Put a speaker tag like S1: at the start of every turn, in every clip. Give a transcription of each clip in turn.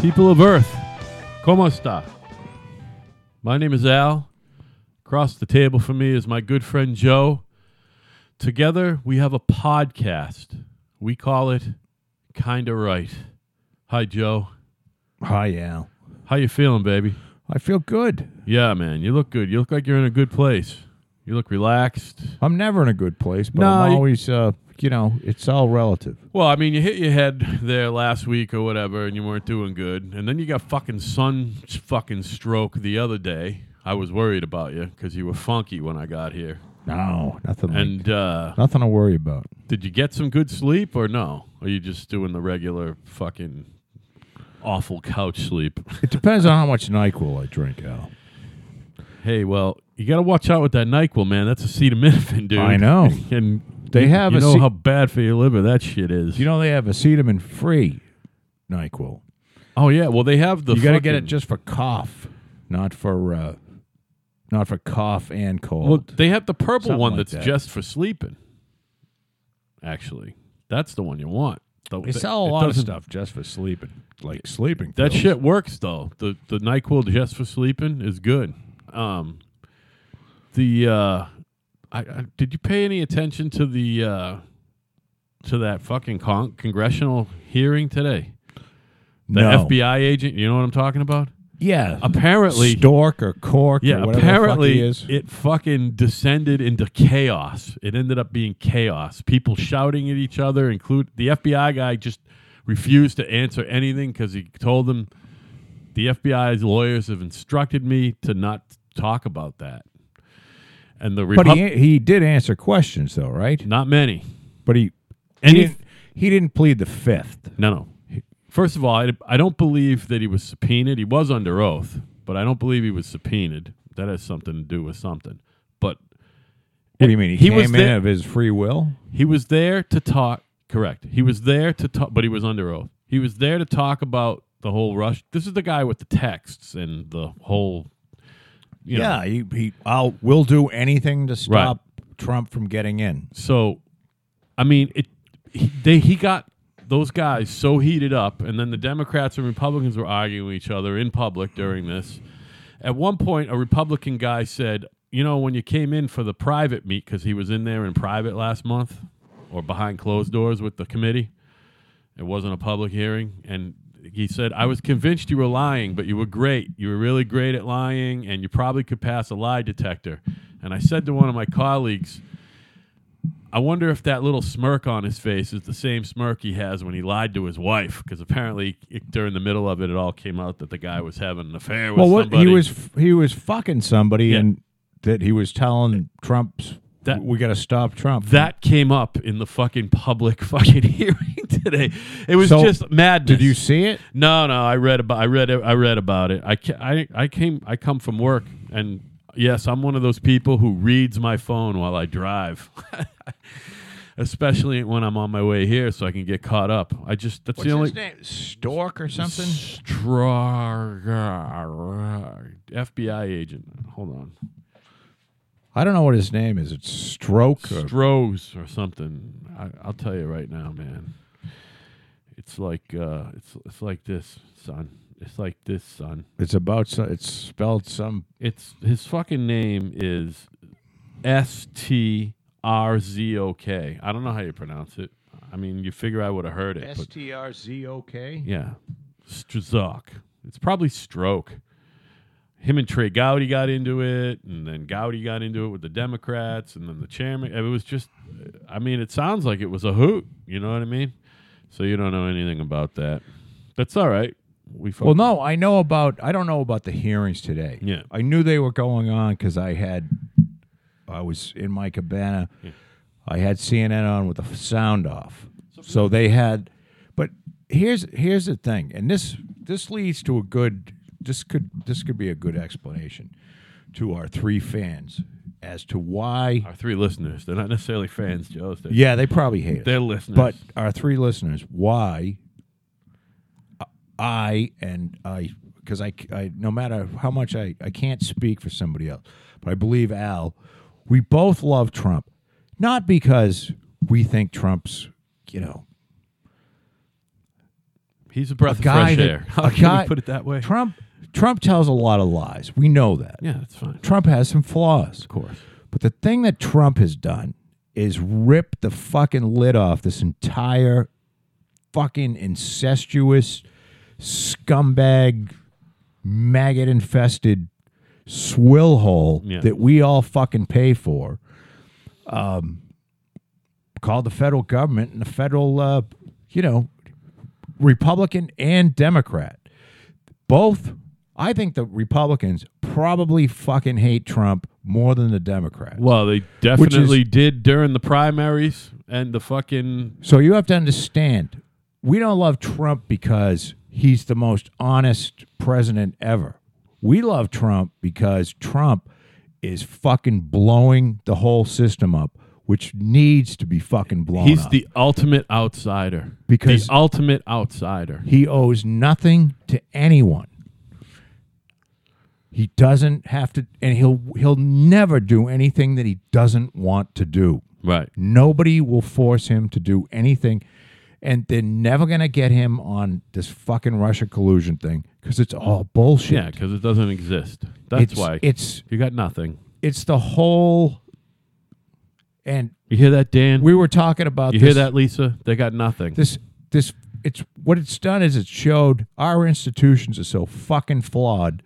S1: People of Earth, ¿cómo está? My name is Al. Across the table from me is my good friend Joe. Together, we have a podcast. We call it Kinda Right. Hi, Joe.
S2: Hi, Al.
S1: How you feeling, baby?
S2: I feel good.
S1: Yeah, man. You look good. You look like you're in a good place. You look relaxed.
S2: I'm never in a good place, but
S1: No,
S2: I'm
S1: you-
S2: always, uh, you know, it's all relative.
S1: Well, I mean, you hit your head there last week or whatever, and you weren't doing good. And then you got fucking sun fucking stroke the other day. I was worried about you because you were funky when I got here.
S2: No, nothing. like-
S1: And uh,
S2: nothing to worry about.
S1: did you get some good sleep or no? Are you just doing the regular fucking awful couch sleep?
S2: It depends on how much Nyquil I drink, Al.
S1: hey, well, you got to watch out with that Nyquil, man. That's acetaminophen, dude.
S2: I know.
S1: and
S2: They
S1: you-
S2: have
S1: you
S2: a
S1: know
S2: ce-
S1: how bad for your liver that shit is.
S2: You know they have acetamin free Nyquil.
S1: oh yeah, well they have the.
S2: you got to get it
S1: fucking-
S2: just for cough, not for, uh, not for cough and cold.
S1: Well, they have the purple
S2: Something
S1: one
S2: like
S1: that's
S2: that.
S1: just for sleeping. Actually, that's the one you want. The-
S2: they
S1: the-
S2: sell a
S1: it
S2: lot of
S1: doesn't-
S2: stuff just for sleeping, like sleeping.
S1: That
S2: pills.
S1: shit works though. The the Nyquil just for sleeping is good. Um, the uh, I, I did you pay any attention to the uh, to that fucking con- congressional hearing today? The
S2: no.
S1: FBI agent, you know what I'm talking about?
S2: Yeah.
S1: Apparently,
S2: Stork or cork.
S1: yeah,
S2: Or whatever
S1: apparently
S2: the fuck he is.
S1: it fucking descended into chaos. It ended up being chaos. People shouting at each other, include the FBI guy just refused to answer anything because he told them the FBI's lawyers have instructed me to not talk about that. And the
S2: But
S1: Republic,
S2: he, he did answer questions though, right?
S1: not many.
S2: But he he
S1: Any-
S2: didn't, he didn't plead the fifth.
S1: No, no. He- First of all, I, I don't believe that he was subpoenaed. He was under oath, but I don't believe he was subpoenaed. That has something to do with something. But
S2: What do you mean? He,
S1: He
S2: came
S1: was
S2: in
S1: there-
S2: of his free will.
S1: He was there to talk. Correct. He was there to talk, but he was under oath. He was there to talk about the whole rush. This is the guy with the texts and the whole. You know.
S2: Yeah, he, he I'll will do anything to stop Trump from getting in.
S1: So, I mean, it. He, they he got those guys so heated up, and then the Democrats and Republicans were arguing with each other in public during this. At one point, a Republican guy said, "You know, when you came in for the private meet, because he was in there in private last month, or behind closed doors with the committee." It wasn't a public hearing. And he said, I was convinced you were lying, but you were great. You were really great at lying, and you probably could pass a lie detector. And I said to one of my colleagues, I wonder if that little smirk on his face is the same smirk he has when he lied to his wife, because apparently it- during the middle of it, it all came out that the guy was having an affair with
S2: Well, what
S1: somebody.
S2: he was f- he was fucking somebody
S1: Yeah.
S2: and that he was telling Trump's
S1: That-
S2: we got to stop Trump.
S1: that came up in the fucking public fucking hearing today. It was
S2: So,
S1: just madness.
S2: did you see it?
S1: No, no, I read about I read I read about it. I, ca- I I came I come from work and yes, I'm one of those people who reads my phone while I drive. Especially when I'm on my way here so I can get caught up. I just that's the only
S2: name? Stork or something?
S1: Stroger- FBI agent. Hold on.
S2: I don't know what his name is. It's Stroke. Or,
S1: Strohs or something. I, I'll tell you right now, man. It's like uh, it's it's like this, son. It's like this, son.
S2: it's about so- it's spelled some
S1: It's his fucking name is S T R Z O K. I don't know how you pronounce it. I mean, you figure I would have heard it, but
S2: T R Z O K.
S1: yeah, Strzok. It's probably stroke. Him and Trey Gowdy got into it, and then Gowdy got into it with the Democrats, and then the chairman. It was just, I mean, it sounds like it was a hoot. You know what I mean? So you don't know anything about that. That's all right. We fuck-
S2: Well, no, I know about. I don't know about the hearings today.
S1: Yeah.
S2: I knew they were going on because I had, I was in my cabana. I had CNN on with the f- sound off, so they had. But here's here's the thing, and this this leads to a good. This could this could be a good explanation to our three fans as to why.
S1: our three listeners. They're not necessarily fans, Joe. They're,
S2: Yeah, they probably hate it.
S1: they're listeners.
S2: But our three listeners, why I and I, because I, I, no matter how much I, I can't speak for somebody else, but I believe Al, we both love Trump, not because we think Trump's, you know,
S1: He's a breath
S2: a guy
S1: of fresh
S2: that-
S1: air. How
S2: a
S1: can
S2: guy-
S1: we put it that way?
S2: Trump Trump tells a lot of lies. We know that.
S1: yeah, that's fine.
S2: Trump has some flaws.
S1: Of course.
S2: But the thing that Trump has done is rip the fucking lid off this entire fucking incestuous scumbag maggot infested swill hole
S1: Yeah.
S2: that we all fucking pay for. Um called the federal government and the federal uh, you know Republican and Democrat. Both I think the Republicans probably fucking hate Trump more than the Democrats.
S1: Well, they definitely did during the primaries and the fucking
S2: So you have to understand, we don't love Trump because he's the most honest president ever. We love Trump because Trump is fucking blowing the whole system up, which needs to be fucking blown
S1: He's
S2: up.
S1: the ultimate outsider.
S2: Because-
S1: the ultimate outsider.
S2: he owes nothing to anyone. He doesn't have to and he'll he'll never do anything that he doesn't want to do.
S1: Right.
S2: Nobody will force him to do anything. And they're never going to get him on this fucking Russia collusion thing because it's all bullshit.
S1: Yeah, because it doesn't exist. That's
S2: it's,
S1: why
S2: It's,
S1: you got nothing.
S2: it's the whole. And
S1: You hear that, Dan?
S2: we were talking about
S1: you
S2: this,
S1: hear that, Lisa? They got nothing.
S2: This, this, it's what it's done is it showed our institutions are so fucking flawed.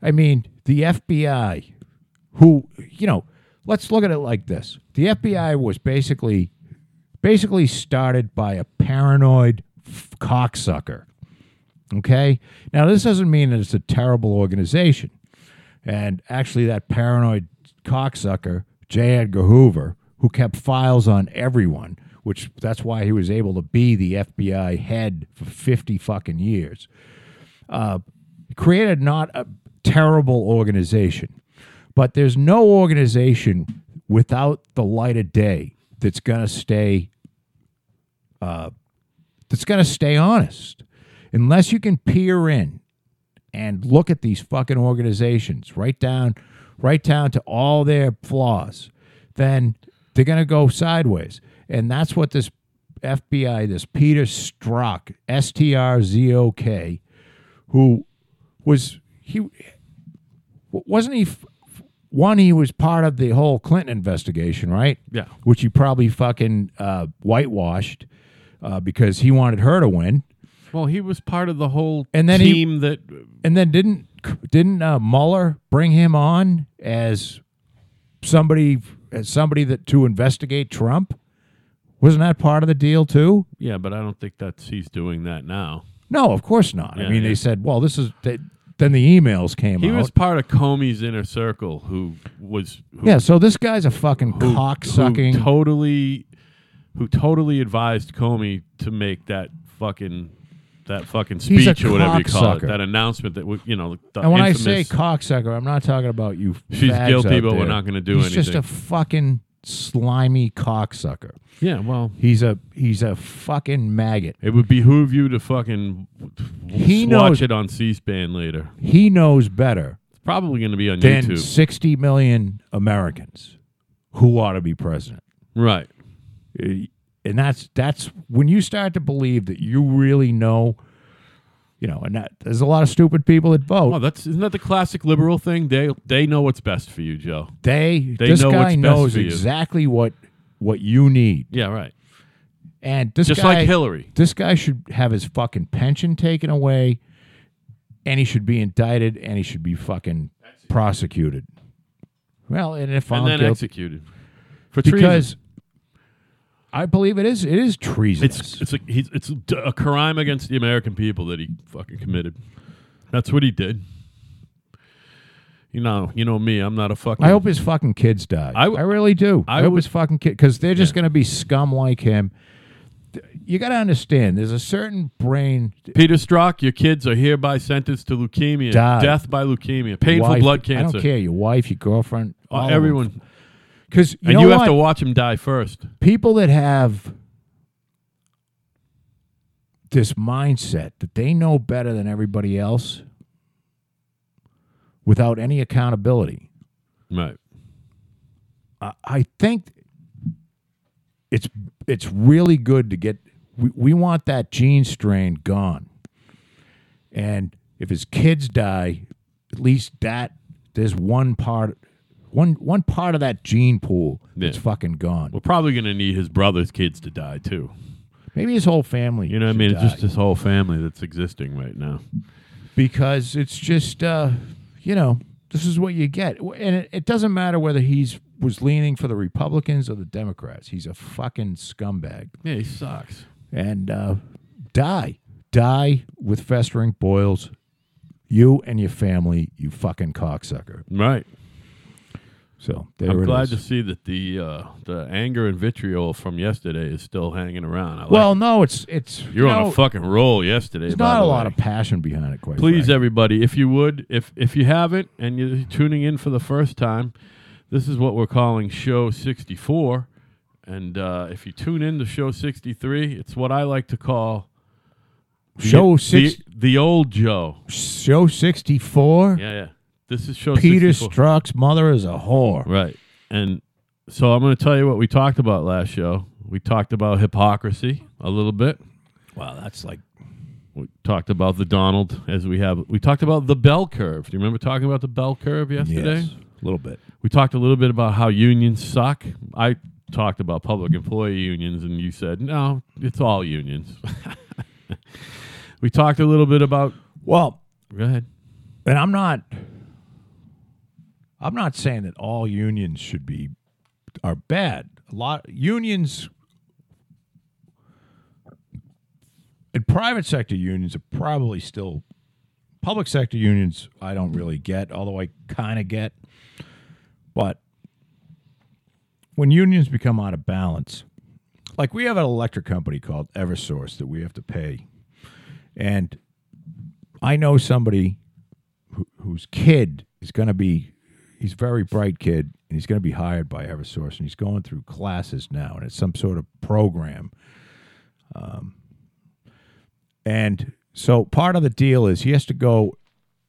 S2: I mean, the FBI, who, you know, let's look at it like this the FBI was basically basically started by a paranoid f- cocksucker. Okay? Now, this doesn't mean that it's a terrible organization. And actually, that paranoid cocksucker, J. Edgar Hoover, who kept files on everyone, which that's why he was able to be the FBI head for 50 fucking years, uh, created not a terrible organization. But there's no organization without the light of day that's going to stay uh, that's going to stay honest. Unless you can peer in and look at these fucking organizations right down right down to all their flaws, then they're going to go sideways. And that's what this FBI, this Peter Strzok, S T R Z O K, who was he wasn't he f- one he was part of the whole Clinton investigation, right?
S1: Yeah.
S2: which he probably fucking uh, whitewashed uh, because he wanted her to win,
S1: well, he was part of the whole
S2: And then he-
S1: team that
S2: and then didn't didn't uh, Mueller bring him on as somebody as somebody that to investigate Trump? Wasn't that part of the deal too?
S1: Yeah, but I don't think that's he's doing that now.
S2: No, of course not. I
S1: Yeah,
S2: mean,
S1: yeah.
S2: they said, well, this is. They, then the emails came
S1: He
S2: out.
S1: was part of Comey's inner circle, who was who,
S2: yeah, so this guy's a fucking
S1: who-
S2: cock
S1: who
S2: sucking.
S1: totally, who totally advised Comey to make that fucking that fucking
S2: He's a
S1: speech or whatever you call it,
S2: cocksucker.
S1: that announcement that we, you know. The
S2: And when
S1: infamous,
S2: I say cocksucker, I'm not talking about you.
S1: She's
S2: fags
S1: guilty,
S2: out
S1: but we're
S2: there.
S1: not gonna do
S2: He's just
S1: anything.
S2: a fucking slimy cocksucker.
S1: yeah, well,
S2: He's a he's a fucking maggot.
S1: it would behoove you to fucking
S2: He
S1: watch
S2: knows-
S1: it on C-SPAN later.
S2: He knows better
S1: It's probably going to be on
S2: than
S1: YouTube,
S2: 60 million Americans who ought to be president.
S1: right?
S2: Uh, And that's that's when you start to believe that you really know, you know, and that, there's a lot of stupid people that vote.
S1: Well, that's isn't that the classic liberal thing? They they know what's best for you, Joe.
S2: they,
S1: They
S2: this
S1: know what's
S2: guy
S1: best
S2: knows
S1: for you.
S2: exactly what what you need,
S1: Yeah, right.
S2: and this
S1: Just
S2: guy,
S1: like Hillary.
S2: this guy should have his fucking pension taken away, and he should be indicted, and he should be fucking prosecuted. Well, and
S1: and
S2: if found
S1: then
S2: guilty,
S1: executed for
S2: because
S1: treason.
S2: I believe it is it is treasonous.
S1: It's it's a he's, it's a, d- a crime against the American people that he fucking committed. That's what he did. You know, you know me. I'm not a fucking.
S2: I hope his fucking kids die. I
S1: I w-
S2: really do. I,
S1: I
S2: hope
S1: would-
S2: his fucking kid because they're just going to be scum like him. Th- You got to understand. There's a certain brain.
S1: Peter Strzok, your kids are hereby sentenced to leukemia,
S2: Die.
S1: death by leukemia, painful
S2: wife-
S1: blood
S2: I
S1: cancer.
S2: don't care. Your wife, your girlfriend,
S1: Uh, everyone,
S2: Because you
S1: and
S2: know
S1: you
S2: what?
S1: have to watch him die first.
S2: people that have this mindset that they know better than everybody else without any accountability.
S1: Right.
S2: I- I think it's it's really good to get We, we want that gene strain gone. And if his kids die, at least that there's one part one one part of that gene pool that's
S1: Yeah.
S2: fucking gone.
S1: We're probably going to need his brother's kids to die too.
S2: Maybe his whole family.
S1: You know what I
S2: should
S1: mean? It's
S2: die.
S1: just this whole family that's existing right now.
S2: because it's just uh, you know this is what you get, and it, it doesn't matter whether he's was leaning for the Republicans or the Democrats. He's a fucking scumbag,
S1: Yeah, he sucks.
S2: and uh, die, die with festering boils. You and your family, you fucking cocksucker.
S1: Right.
S2: So there
S1: I'm
S2: it
S1: glad
S2: is.
S1: to see that the uh, the anger and vitriol from yesterday is still hanging around. I like-
S2: well, no, it's it's
S1: you're on
S2: no,
S1: a fucking roll yesterday.
S2: There's
S1: by
S2: not
S1: the
S2: a lot
S1: way.
S2: of passion behind it, quite
S1: Please,
S2: frankly.
S1: everybody, if you would, if if you haven't, and you're tuning in for the first time, this is what we're calling Show 64. And uh, if you tune in to Show 63, it's what I like to call uh, the-
S2: show six,
S1: the, the old Joe.
S2: show sixty four.
S1: Yeah, yeah. This is Show
S2: Peter
S1: 64.
S2: Strzok's mother is a whore.
S1: Right. And so I'm going to tell you what we talked about last show. We talked about hypocrisy a little bit.
S2: Wow, that's like
S1: We talked about the Donald as we have. We talked about the bell curve. Do you remember talking about the bell curve yesterday?
S2: a little bit.
S1: We talked a little bit about how unions suck. I talked about public employee unions, and you said, no, it's all unions. we talked a little bit about.
S2: Well,
S1: Go ahead.
S2: and I'm not I'm not saying that all unions should be are bad. A lot unions and private sector unions are probably still public sector unions I don't really get, although I kind of get. But when unions become out of balance, like we have an electric company called Eversource that we have to pay. And I know somebody who, whose kid is going to be he's a very bright kid and he's going to be hired by eversource and he's going through classes now and it's some sort of program um, and so part of the deal is he has to go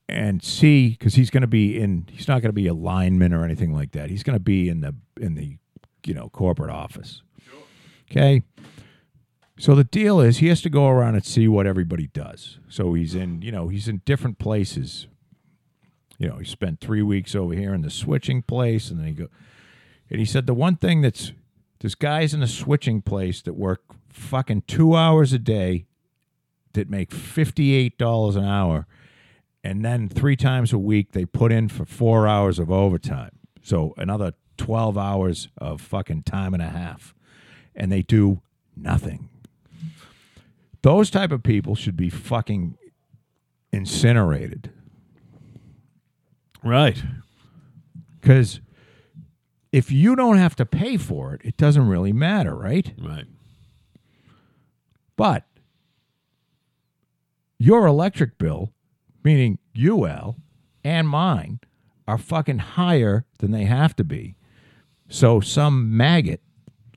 S2: and see because he's going to be in he's not going to be a lineman or anything like that he's going to be in the in the you know corporate office okay so the deal is he has to go around and see what everybody does. So he's in, you know, he's in different places. You know, he spent three weeks over here in the switching place, and then he go, and he said the one thing that's this guy's in a switching place that work fucking two hours a day, that make fifty eight dollars an hour, and then three times a week they put in for four hours of overtime, so another twelve hours of fucking time and a half, and they do nothing those type of people should be fucking incinerated
S1: Right.
S2: because if you don't have to pay for it it doesn't really matter right
S1: Right.
S2: but your electric bill meaning ul and mine are fucking higher than they have to be so some maggot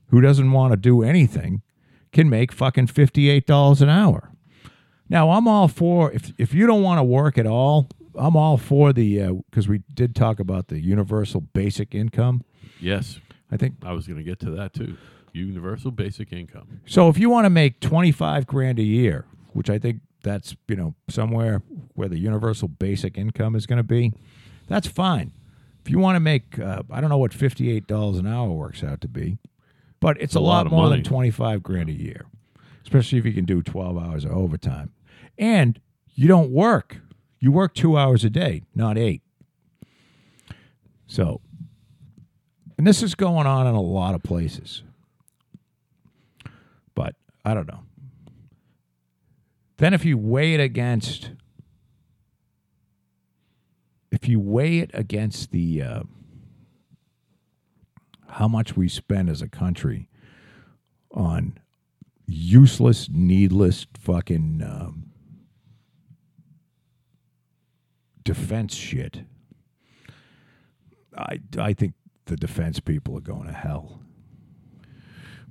S2: who doesn't want to do anything can make fucking $58 an hour Now I'm all for if if you don't want to work at all, I'm all for the because we did talk about the universal basic income.
S1: Yes.
S2: I think
S1: I was going to get to that too. Universal basic income.
S2: so. If you want to make twenty five grand a year, which I think that's you know somewhere where the universal basic income is going to be, that's fine. If you want to make uh, I don't know what fifty eight dollars an hour works out to be, but it's a, lot,
S1: lot of
S2: more
S1: money.
S2: than twenty five grand a year, especially if you can do twelve hours of overtime, and you don't work. You work two hours a day, not eight. So, and this is going on in a lot of places. But I don't know. Then, if you weigh it against, if you weigh it against the uh, how much we spend as a country on useless, needless fucking um, defense shit. I, I think the defense people are going to hell.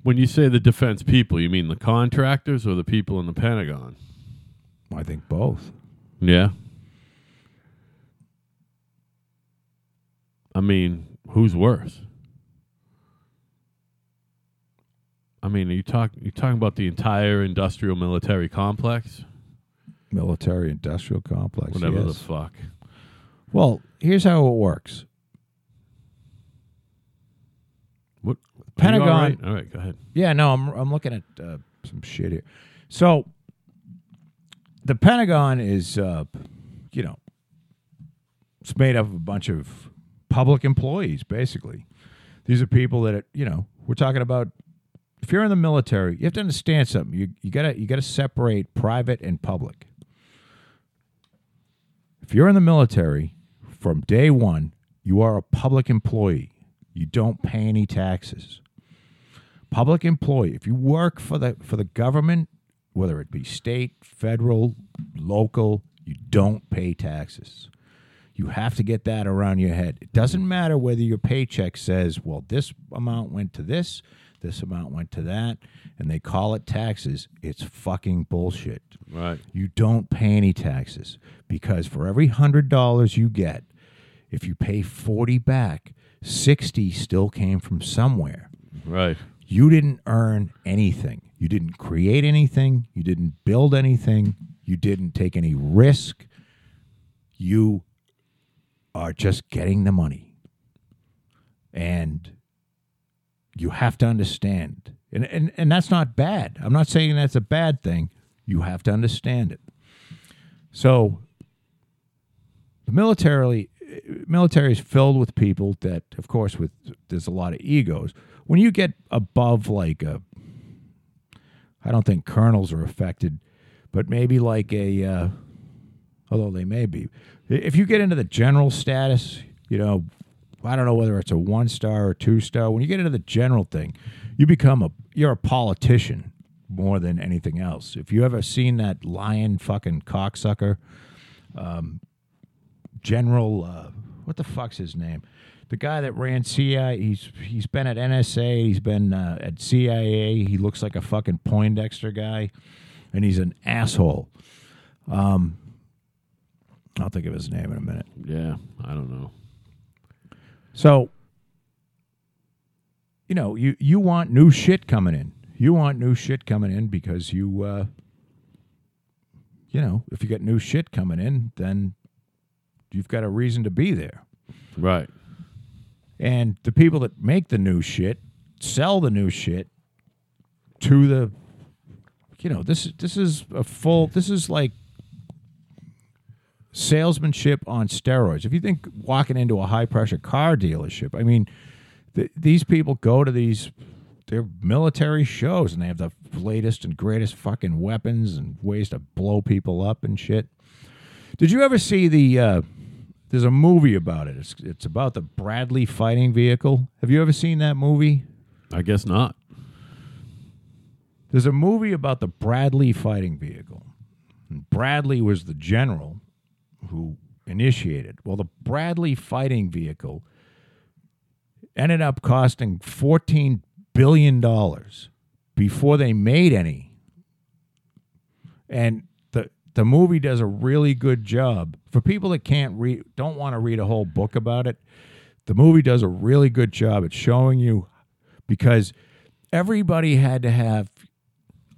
S1: When you say the defense people, you mean the contractors or the people in the Pentagon?
S2: I think both.
S1: Yeah. I mean, who's worse? I mean, are you talk you talking about the entire industrial military complex,
S2: military industrial complex.
S1: whatever the
S2: yes.
S1: fuck.
S2: well, here's how it works.
S1: What are you
S2: Pentagon-
S1: All right? all right, go ahead.
S2: Yeah, no, I'm I'm looking at uh, some shit here. So the Pentagon is, uh, you know, it's made up of a bunch of public employees. Basically, these are people that you know we're talking about. If you're in the military, you have to understand something. You you gotta you gotta separate private and public. If you're in the military, from day one, you are a public employee. You don't pay any taxes public employee if you work for the for the government whether it be state federal local you don't pay taxes you have to get that around your head it doesn't matter whether your paycheck says well this amount went to this this amount went to that and they call it taxes it's fucking bullshit
S1: Right.
S2: you don't pay any taxes because for every hundred dollars you get, if you pay forty back, sixty still came from somewhere.
S1: Right.
S2: You didn't earn anything. You didn't create anything. You didn't build anything. You didn't take any risk. You are just getting the money. And you have to understand. And, and, and that's not bad. I'm not saying that's a bad thing. You have to understand it. So the military military is filled with people that of course with there's a lot of egos when you get above like a i don't think colonels are affected but maybe like a uh, although they may be if you get into the general status you know i don't know whether it's a one star or two star when you get into the general thing you become a you're a politician more than anything else if you ever seen that lion fucking cocksucker General, uh, what the fuck's his name? The guy that ran CIA, he's he's been at NSA, he's been uh, at CIA. He looks like a fucking Poindexter guy, and he's an asshole. Um, I'll think of his name in a minute.
S1: Yeah. I don't know.
S2: So, you know, you you want new shit coming in. You want new shit coming in because you, uh, you know, if you get new shit coming in, then you've got a reason to be there.
S1: Right.
S2: And the people that make the new shit sell the new shit to the you know, this this is a full this is like salesmanship on steroids. If you think walking into a high pressure car dealership, I mean th- these people go to these they're military shows and they have the latest and greatest fucking weapons and ways to blow people up and shit. Did you ever see the? Uh, there's a movie about it. It's it's about the Bradley fighting vehicle. Have you ever seen that movie?
S1: I guess not.
S2: There's a movie about the Bradley fighting vehicle. And Bradley was the general who initiated. Well, the Bradley fighting vehicle ended up costing 14 billion dollars before they made any. And the the movie does a really good job for people that can't read don't want to read a whole book about it. The movie does a really good job at showing you because everybody had to have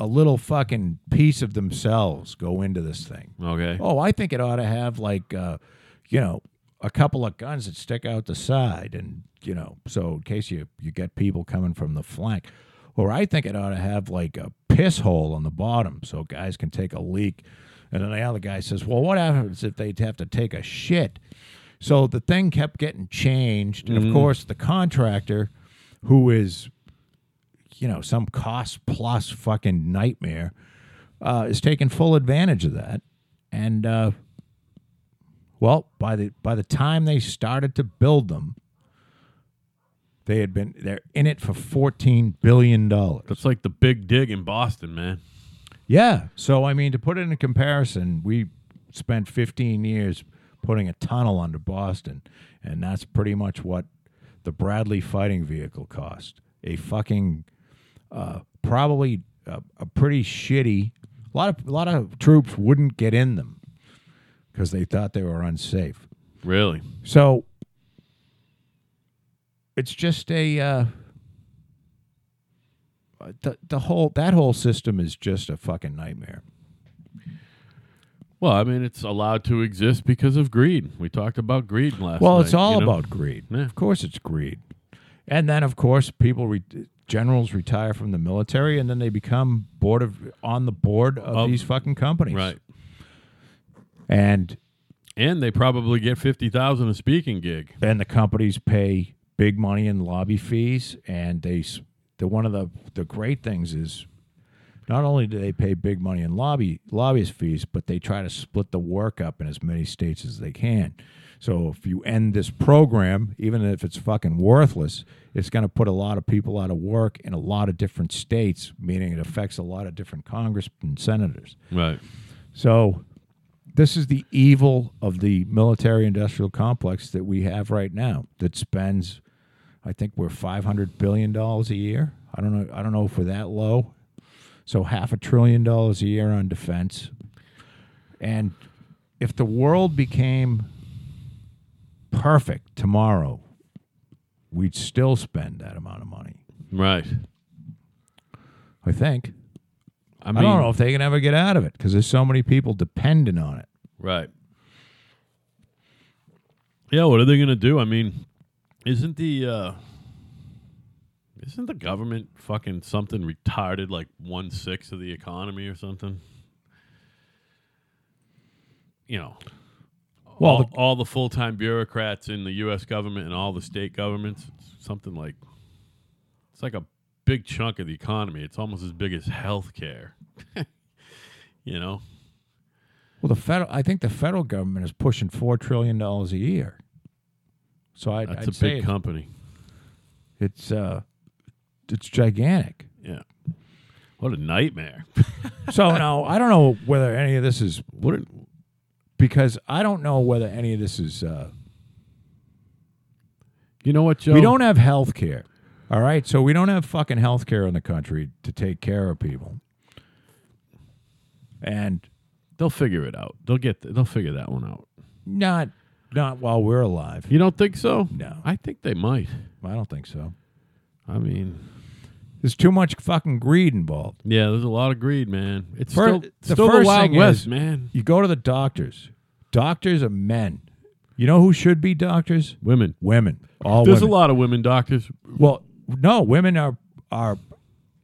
S2: a little fucking piece of themselves go into this thing.
S1: Okay.
S2: Oh, I think it ought to have like, uh, you know, a couple of guns that stick out the side, and you know, so in case you you get people coming from the flank, or I think it ought to have like a piss hole on the bottom so guys can take a leak, and then the other guy says, well, what happens if they have to take a shit? So the thing kept getting changed, and of course the contractor, who is, you know, some cost plus fucking nightmare uh, is taking full advantage of that. And uh, well, by the by the time they started to build them, they had been they're in it for fourteen billion dollars.
S1: That's like the big dig in Boston, man.
S2: Yeah. So I mean, to put it in comparison, we spent fifteen years putting a tunnel under Boston, and that's pretty much what the Bradley fighting vehicle cost. A fucking uh, probably a, a pretty shitty. A lot of a lot of troops wouldn't get in them because they thought they were unsafe.
S1: Really.
S2: So it's just a uh, uh, the, the whole that whole system is just a fucking nightmare.
S1: Well, I mean, it's allowed to exist because of greed. We talked about greed last.
S2: Well,
S1: night,
S2: it's all
S1: you know?
S2: about greed.
S1: Yeah.
S2: Of course, it's greed. And then, of course, people re- generals retire from the military, and then they become board of on the board of
S1: Of-
S2: these fucking companies.
S1: right,
S2: And
S1: and they probably get fifty thousand a speaking gig.
S2: and the companies pay big money in lobby fees, and they s- the one of the the great things is. Not only do they pay big money in lobby lobbyist fees, but they try to split the work up in as many states as they can. So if you end this program, even if it's fucking worthless, it's going to put a lot of people out of work in a lot of different states, meaning it affects a lot of different congressmen and senators.
S1: Right.
S2: So this is the evil of the military industrial complex that we have right now that spends I think we're 500 billion dollars a year. I don't know I don't know if we're that low. So half a trillion dollars a year on defense. And if the world became perfect tomorrow, we'd still spend that amount of money.
S1: Right.
S2: I think.
S1: I
S2: I
S1: mean,
S2: don't know if they can ever get out of it because there's so many people dependent on it.
S1: Right. Yeah, what are they going to do? I mean, isn't the uh isn't the government fucking something retarded like one sixth of the economy or something? You know,
S2: Well,
S1: all,
S2: the-
S1: all the full time bureaucrats in the U.S. government and all the state governments, it's something like it's like a big chunk of the economy. It's almost as big as healthcare. you know,
S2: Well, the federal, I think the federal government is pushing four trillion dollars a year. So I'd,
S1: that's
S2: I'd
S1: a
S2: say
S1: big
S2: it's-
S1: company.
S2: it's uh, it's gigantic.
S1: Yeah. What a nightmare.
S2: So now I don't know whether any of this is
S1: What a,
S2: because I don't know whether any of this is. Uh,
S1: you know what, Joe?
S2: we don't have health care. All right, so we don't have fucking health care in the country to take care of people. And
S1: They'll figure it out. They'll get. They'll figure that one out.
S2: not not while we're alive.
S1: You don't think so?
S2: No.
S1: I think they might.
S2: I don't think so.
S1: I mean,
S2: There's too much fucking greed involved.
S1: yeah. There's a lot of greed, man. It's
S2: Fir-
S1: still
S2: the
S1: still the
S2: first
S1: Wild
S2: thing
S1: West,
S2: is-
S1: man.
S2: You go to the doctors. Doctors are men. You know who should be doctors?
S1: Women.
S2: Women. All
S1: There's
S2: women.
S1: a lot of women doctors.
S2: Well, no, women are are.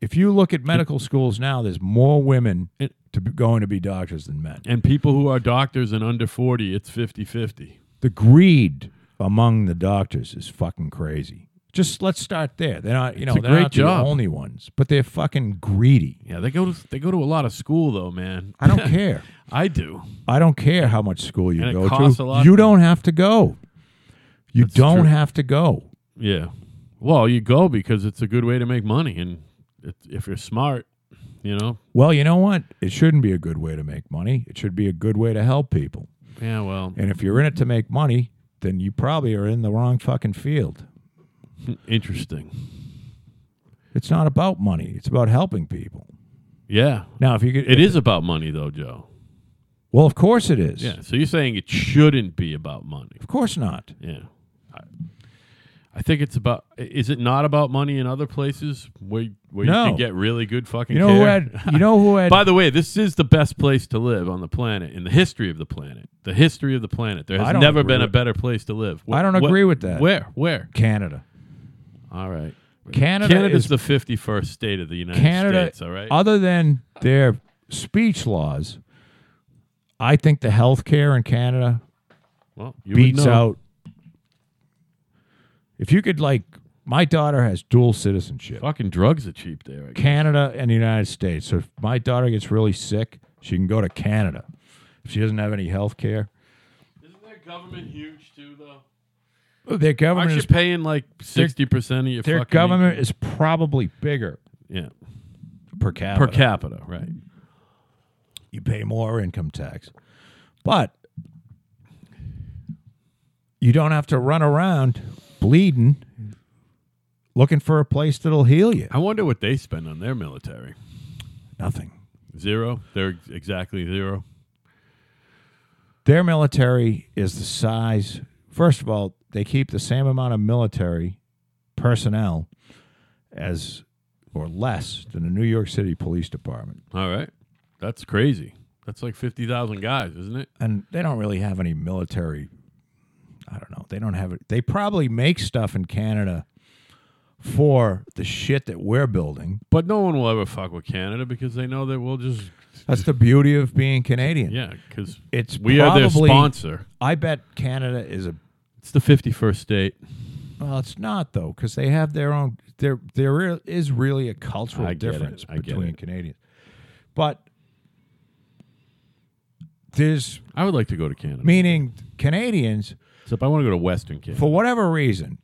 S2: If you look at medical schools now, there's more women
S1: It-
S2: to be going to be doctors than men.
S1: And people who are doctors and under 40, it's 50 50.
S2: The greed among the doctors is fucking crazy. Just let's start there. They're not, you know,
S1: a
S2: they're
S1: great
S2: not
S1: job.
S2: the only ones, but they're fucking greedy.
S1: Yeah, they go to they go to a lot of school though, man.
S2: I don't care.
S1: I do.
S2: I don't care how much school you
S1: And it
S2: go
S1: costs a
S2: to.
S1: lot.
S2: You don't have to go. You
S1: That's
S2: don't
S1: true.
S2: have to go.
S1: Yeah. Well, you go because it's a good way to make money, and it, if you're smart, you know.
S2: Well, you know what? It shouldn't be a good way to make money. It should be a good way to help people.
S1: Yeah. Well.
S2: And if you're in it to make money, then you probably are in the wrong fucking field.
S1: Interesting.
S2: It's not about money. It's about helping people.
S1: Yeah.
S2: Now, if you could,
S1: It is about money, though, Joe.
S2: well, of course it is.
S1: Yeah. So you're saying it shouldn't be about money.
S2: Of course not.
S1: Yeah. I, I think it's about. Is it not about money in other places where where
S2: No.
S1: you can get really good fucking
S2: You know who
S1: care?
S2: had? You know who had?
S1: By the way, this is the best place to live on the planet in the history of the planet. The history of the planet. There
S2: I
S1: has
S2: don't
S1: never
S2: agree
S1: been a
S2: with-
S1: better place to live. Wh-
S2: I don't
S1: what-
S2: agree with that.
S1: Where? Where?
S2: Canada.
S1: All right.
S2: Canada
S1: Canada's
S2: is
S1: the 51st state of the United
S2: Canada.
S1: States. All right.
S2: Other than their speech laws, I think the health care in Canada
S1: well, you would
S2: beats
S1: know.
S2: out. If you could, like, my daughter has dual citizenship.
S1: Fucking drugs are cheap there. I guess.
S2: Canada and the United States. So if my daughter gets really sick, she can go to Canada. If she doesn't have any health care,
S1: Isn't their government huge too, though?
S2: their government
S1: Aren't you
S2: is
S1: paying like sixty percent of your
S2: their
S1: fucking
S2: government is probably bigger
S1: Yeah,
S2: per capita.
S1: per capita, right?
S2: you pay more income tax, but you don't have to run around bleeding, looking for a place that'll heal you.
S1: I wonder what they spend on their military.
S2: Nothing.
S1: Zero. They're ex- exactly zero.
S2: Their military is the size. First of all, they keep the same amount of military personnel as or less than the New York City Police Department.
S1: All right. That's crazy. That's like 50,000 guys, isn't it?
S2: and they don't really have any military. I don't know. They don't have it. They probably make stuff in Canada for the shit that we're building.
S1: But no one will ever fuck with Canada because they know that we'll just.
S2: That's the beauty of being Canadian.
S1: Yeah, because
S2: It's
S1: we are
S2: probably,
S1: their sponsor.
S2: I bet Canada is a
S1: It's the 51st state.
S2: well. It's not though, because they have their own. There, there re- is really a cultural
S1: I get it.
S2: difference
S1: I get
S2: between
S1: it.
S2: Canadians. But there's
S1: I would like to go to Canada.
S2: meaning Canadians
S1: Except I want to go to Western Canada.
S2: for whatever reason.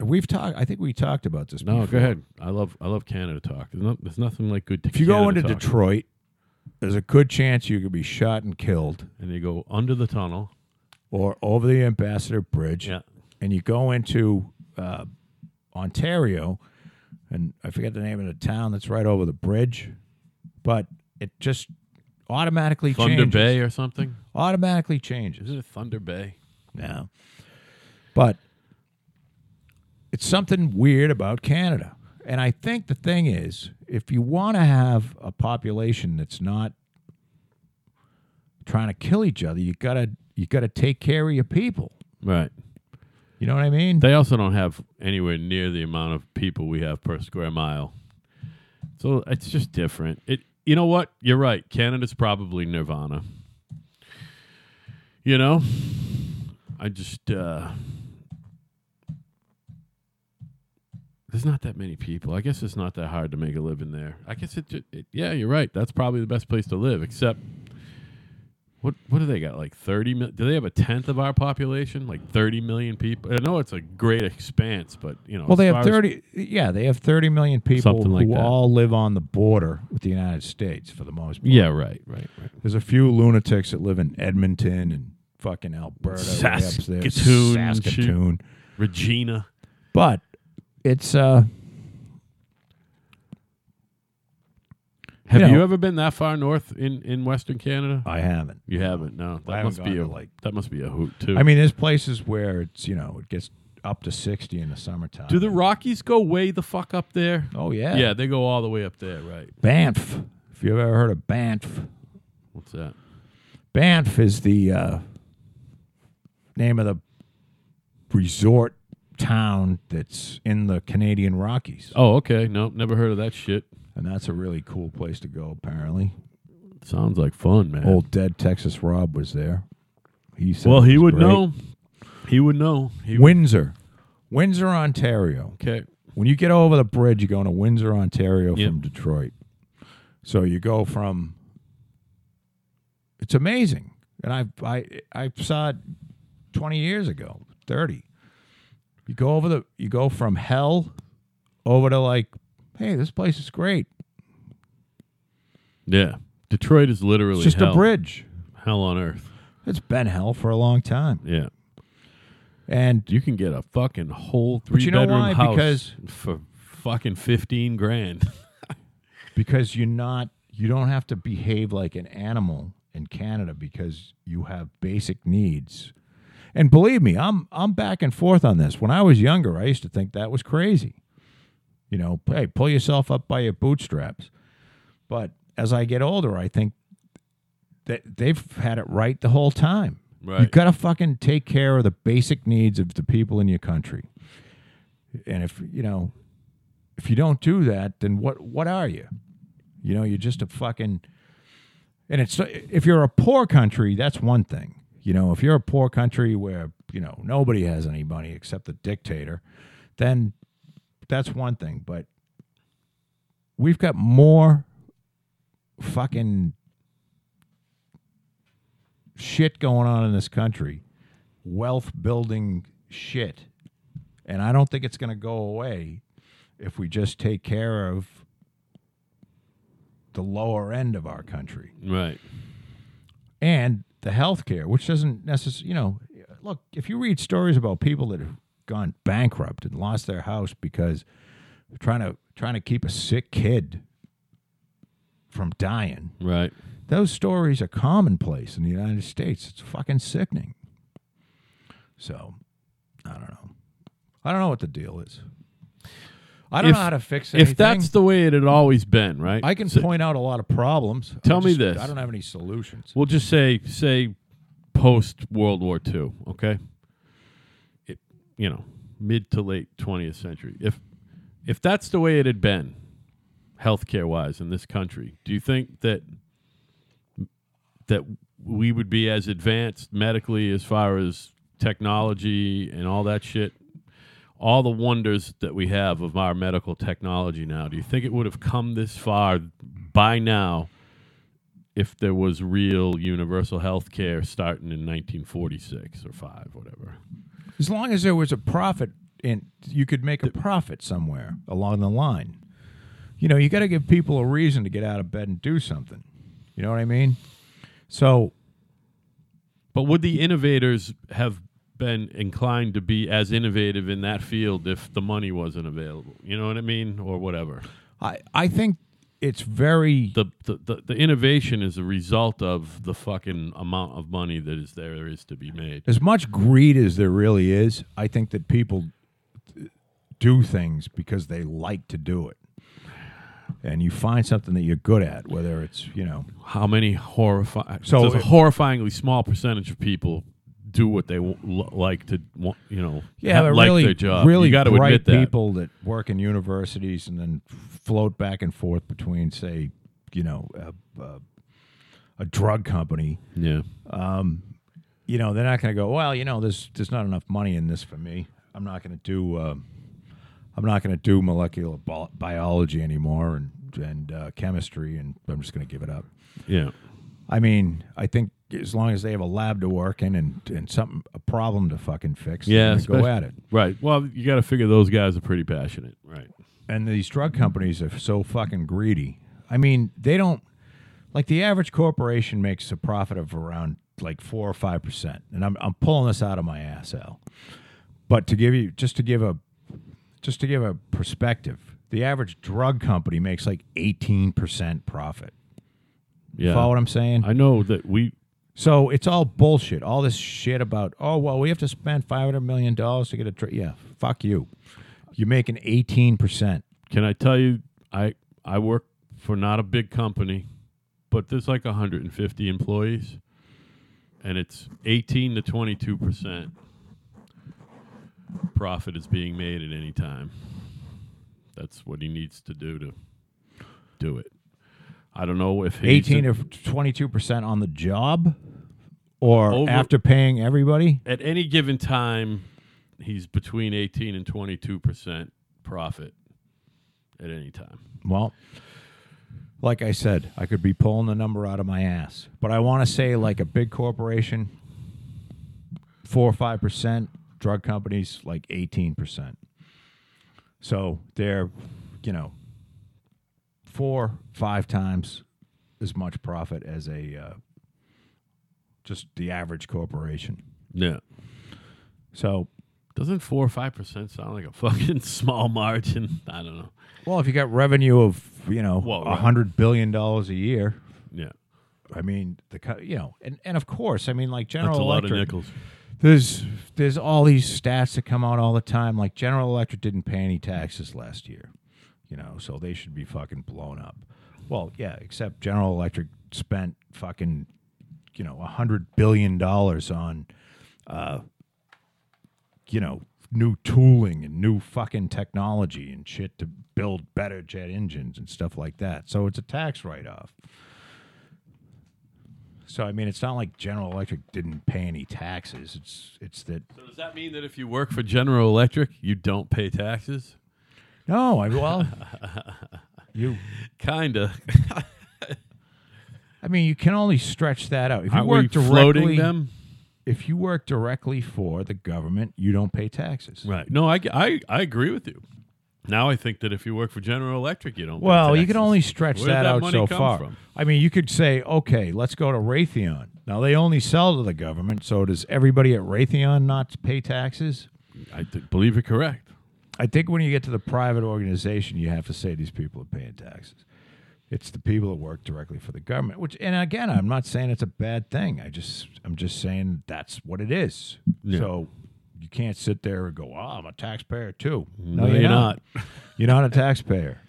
S2: We've talked. I think we talked about this.
S1: no,
S2: before.
S1: go ahead. I love I love Canada talk. There's, no, there's nothing like good.
S2: If you go into
S1: Canada talk.
S2: Detroit, there's a good chance you could be shot and killed,
S1: and you go under the tunnel,
S2: or over the Ambassador Bridge.
S1: yeah,
S2: And you go into uh, Ontario, and I forget the name of the town that's right over the bridge, but it just automatically
S1: Thunder
S2: changes.
S1: Bay or something.
S2: Automatically changes
S1: Isn't it Thunder Bay?
S2: now, but it's something weird about Canada. And I think the thing is, if you want to have a population that's not trying to kill each other, you gotta you gotta take care of your people.
S1: Right.
S2: You know what I mean?
S1: They also don't have anywhere near the amount of people we have per square mile. So it's just different. It you know what? You're right. Canada's probably Nirvana. You know? I just uh There's not that many people. I guess it's not that hard to make a living there. I guess it, ju- it yeah, you're right. That's probably the best place to live except what what do they got? Like thirty mil? Do they have a tenth of our population? Like thirty million people? I know it's a great expanse, but you know,
S2: well, they
S1: as
S2: have
S1: far as-
S2: thirty. Yeah, they have thirty million people
S1: Something like
S2: who
S1: that.
S2: all live on the border with the United States for the most part.
S1: Yeah, right, right, right.
S2: There's a few lunatics that live in Edmonton and fucking Alberta, way up there.
S1: Saskatoon and shit.
S2: Saskatoon.
S1: Regina.
S2: but it's uh
S1: Have
S2: You
S1: you,
S2: know-
S1: ever been that far north in, in Western Canada?
S2: I haven't.
S1: You haven't. No, that
S2: haven't
S1: must
S2: gone
S1: be a
S2: to, like-
S1: that must be a hoot too.
S2: I mean, there's places where it's you know it gets up to sixty in the summertime.
S1: do the Rockies go way the fuck up there?
S2: oh yeah,
S1: Yeah, they go all the way up there, right?
S2: Banff. If you've ever heard of Banff,
S1: What's that?
S2: Banff is the uh, name of the resort town that's in the Canadian Rockies,
S1: Oh, okay. Nope, never heard of that shit.
S2: and that's a really cool place to go. Apparently,
S1: Sounds like fun, man.
S2: old dead Texas Rob was there. He said
S1: well,
S2: it
S1: he
S2: was
S1: would
S2: great.
S1: know. He would know. He
S2: Windsor, Windsor, Ontario.
S1: okay.
S2: When you get over the bridge, you're going to Windsor, Ontario
S1: Yep.
S2: from Detroit. So you go from. It's amazing, and I I I saw it twenty years ago, thirty. You go over the you go from hell over to like, hey, this place is great.
S1: Yeah, Detroit is literally
S2: It's just
S1: hell.
S2: a bridge.
S1: Hell on earth.
S2: It's been hell for a long time,
S1: Yeah,
S2: and
S1: you can get a fucking whole three
S2: you know
S1: bedroom
S2: why?
S1: house
S2: Because-
S1: for fucking fifteen grand.
S2: because you're not you don't have to behave like an animal in Canada because you have basic needs. And believe me, I'm I'm back and forth on this. When I was younger, I used to think that was crazy. You know, hey, pull yourself up by your bootstraps. But as I get older, I think that they've had it right the whole time. You
S1: Right.
S2: got to fucking take care of the basic needs of the people in your country. And if, you know, if you don't do that, then what what are you? You know, you're just a fucking and it's if you're a poor country, that's one thing. You know, if you're a poor country where, you know, nobody has any money except the dictator, then that's one thing, but we've got more fucking shit going on in this country, wealth building shit. And I don't think it's going to go away if we just take care of the lower end of our country
S1: right.
S2: and the healthcare, which doesn't necessarily, you know, look, if you read stories about people that have gone bankrupt and lost their house because they're trying to trying to keep a sick kid from dying,
S1: Right.
S2: those stories are commonplace in the United States. It's fucking sickening. So, I don't know. I don't know what the deal is. I don't
S1: if-
S2: know how to fix anything.
S1: if that's the way it had always been, right?
S2: I can
S1: So-
S2: point out a lot of problems. I
S1: Tell me
S2: just-
S1: this.
S2: I don't have any solutions.
S1: We'll just say say post World War II, okay? It, you know, mid to late 20th century. If if that's the way it had been healthcare wise in this country, do you think that that we would be as advanced medically as far as technology and all that shit? All the wonders that we have of our medical technology now, do you think it would have come this far by now if there was real universal health care starting in 1946 or 5 whatever
S2: As long as there was a profit, and you could make a profit somewhere along the line. You know, you got to give people a reason to get out of bed and do something. You know what I mean? So
S1: but would the innovators have been inclined to be as innovative in that field if the money wasn't available you know what i mean or whatever
S2: I, I think it's very
S1: the the, the, the innovation is a result of the fucking amount of money that is there is to be made
S2: as much greed as there really is. I think that people do things because they like to do it, and you find something that you're good at, whether it's you know
S1: how many horrifying
S2: So
S1: so there's a
S2: it-
S1: horrifyingly small percentage of people do what they w- lo- like to want you know
S2: Yeah,
S1: ha-
S2: but
S1: like
S2: really,
S1: their job
S2: really
S1: you got to
S2: bright
S1: admit that
S2: people that work in universities and then float back and forth between, say, you know, a, a, a drug company.
S1: yeah
S2: You know, they're not going to go. Well, you know, there's there's not enough money in this for me. I'm not going to do. Uh, I'm not going to do molecular bi- biology anymore and and uh, chemistry, and I'm just going to give it up.
S1: yeah
S2: I mean, I think as long as they have a lab to work in and and something a problem to fucking fix, they're
S1: Yeah,
S2: gonna go
S1: especially-
S2: at it.
S1: Right. Well, you got to figure those guys are pretty passionate. Right.
S2: and these drug companies are so fucking greedy. I mean, they don't like the average corporation makes a profit of around like four or five percent, and I'm I'm pulling this out of my ass, Al. But to give you just to give a just to give a perspective, the average drug company makes like eighteen percent profit.
S1: Yeah.
S2: Follow what I'm saying?
S1: I know that we.
S2: so it's all bullshit. All this shit about oh well, we have to spend five hundred million dollars to get a drug. Yeah, fuck you. You're making eighteen percent.
S1: Can I tell you? I I work for not a big company, but there's like 150 employees, and it's 18 to 22 percent profit is being made at any time. That's what he needs to do to do it. I don't know if he's
S2: 18 to 22% on the job or
S1: Over-
S2: after paying everybody
S1: at any given time, he's between 18 and 22 percent profit at any time.
S2: well like i said i could be pulling the number out of my ass but i want to say like a big corporation 4 or 5% drug companies like 18% so they're you know 4 5 times as much profit as a uh, just the average corporation
S1: Yeah.
S2: so
S1: Doesn't four or five percent sound like a fucking small margin? I don't know.
S2: Well, if you got revenue of you know
S1: Well,
S2: a
S1: right.
S2: hundred billion dollars a year,
S1: Yeah.
S2: I mean the co- you know, and, and of course, I mean like General
S1: That's a lot
S2: Electric.
S1: of nickels.
S2: There's there's all these stats that come out all the time. Like General Electric didn't pay any taxes last year, you know, so they should be fucking blown up. Well, yeah, except General Electric spent fucking you know a hundred billion dollars on, uh, you know, new tooling and new fucking technology and shit to build better jet engines and stuff like that. So it's a tax write off. So I mean, it's not like General Electric didn't pay any taxes. It's it's that
S1: So does that mean that if you work for General Electric, you don't pay taxes?
S2: no, I well, you.
S1: Kinda.
S2: I mean, you can only stretch that out. If you
S1: Aren't we
S2: work
S1: floating
S2: directly,
S1: them?
S2: if you work directly for the government, you don't pay taxes.
S1: Right. No, I, I, I agree with you. Now I think that if you work for General Electric, you don't. pay
S2: Well, you can
S1: taxes.
S2: only stretch
S1: Where did
S2: that,
S1: that
S2: out
S1: money
S2: so
S1: come
S2: far.
S1: from?
S2: I mean, you could say, okay, let's go to Raytheon. Now they only sell to the government, so does everybody at Raytheon not pay taxes?
S1: I th- believe you're correct.
S2: I think when you get to the private organization, you have to say these people are paying taxes. It's the people that work directly for the government, which, and again, I'm not saying it's a bad thing. I just, I'm just saying that's what it is.
S1: Yeah.
S2: So, y- You can't sit there and go, "Oh, I'm a taxpayer too."
S1: Mm-hmm. No, you're
S2: you're not a taxpayer.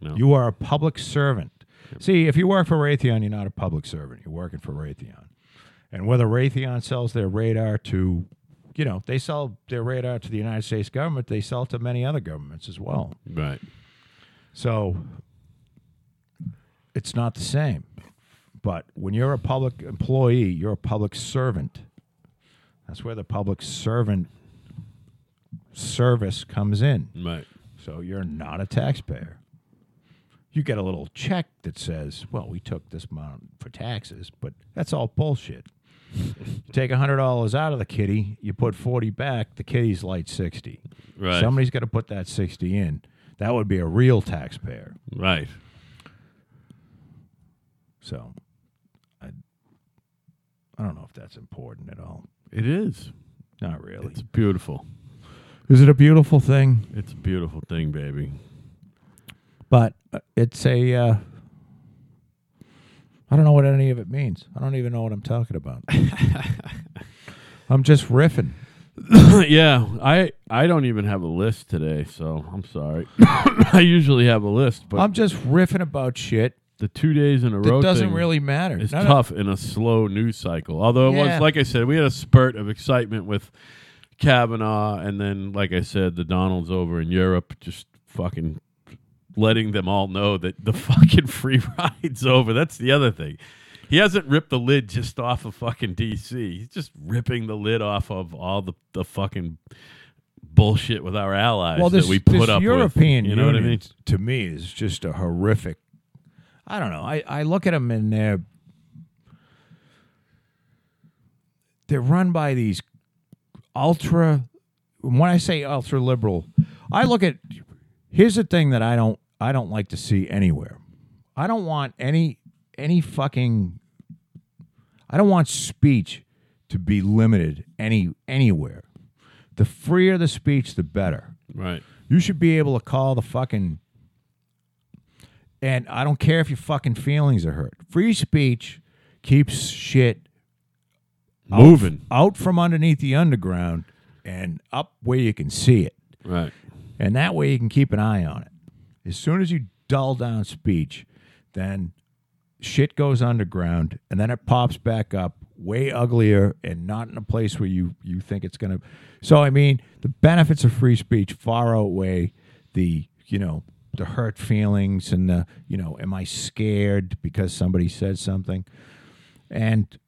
S1: No.
S2: You are a public servant. See, if you work for Raytheon, you're not a public servant. You're working for Raytheon. And whether Raytheon sells their radar to, you know, they sell their radar to the United States government, they sell it to many other governments as well.
S1: Right.
S2: So it's not the same. But when you're a public employee, you're a public servant. That's where the public servant service comes in.
S1: Right.
S2: So you're not a taxpayer. You get a little check that says, well, we took this amount for taxes, but that's all bullshit. you take $100 out of the kitty, you put 40 back, the kitty's light 60.
S1: Right.
S2: Somebody's got to put that 60 in. That would be a real taxpayer.
S1: Right.
S2: So I, I don't know if that's important at all.
S1: It is.
S2: Not really.
S1: It's beautiful.
S2: Is it a beautiful thing?
S1: It's a beautiful thing, baby.
S2: But uh, it's a. Uh, I don't know what any of it means. I don't even know what I'm talking about. I'm just riffing.
S1: yeah, I I don't even have a list today, so I'm sorry. I usually have a list, but
S2: I'm just riffing about shit
S1: the two days in a
S2: that
S1: row
S2: doesn't
S1: thing
S2: really matter.
S1: is
S2: No, no.
S1: tough in a slow news cycle. Although it
S2: Yeah.
S1: was like I said, we had a spurt of excitement with Kavanaugh, and then like I said, the Donald's over in Europe, just fucking letting them all know that the fucking free ride's over. That's the other thing. He hasn't ripped the lid just off of fucking DC. He's just ripping the lid off of all the, the fucking bullshit with our allies
S2: Well, this,
S1: that we put
S2: this
S1: up
S2: European
S1: with. You know what I
S2: Union
S1: mean?
S2: To me, is just a horrific. I don't know. I, I look at them and they're they're run by these ultra. When I say ultra liberal, I look at. Here's the thing that I don't I don't like to see anywhere. I don't want any any fucking. I don't want speech to be limited any anywhere. The freer the speech, the better.
S1: Right.
S2: You should be able to call the fucking. And I don't care if your fucking feelings are hurt. Free speech keeps shit out-
S1: Moving.
S2: out from underneath the underground and up where you can see it.
S1: Right.
S2: And that way you can keep an eye on it. As soon as you dull down speech, then shit goes underground and then it pops back up way uglier and not in a place where you, you think it's going to. So, I mean, the benefits of free speech far outweigh the, you know, the hurt feelings and the, you know, am I scared because somebody said something? And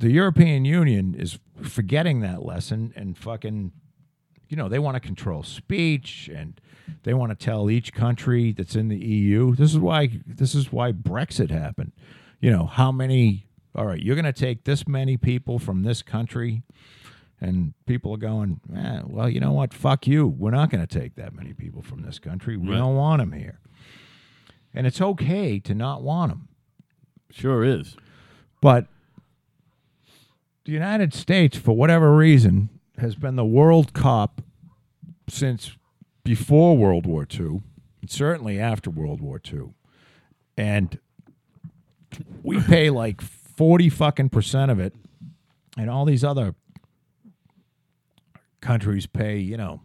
S2: the European Union is forgetting that lesson and fucking you know, they want to control speech and they want to tell each country that's in the EU. This is why this is why Brexit happened. You know, how many all right, you're going to take this many people from this country and people are going, eh, well, you know what? Fuck you. We're not going to take that many people from this country. We
S1: Right.
S2: don't want them here. And it's okay to not want them.
S1: Sure is.
S2: But the United States, for whatever reason, has been the world cop since before World War II, and certainly after World War II. And we pay like 40 fucking percent of it, and all these other countries pay, you know,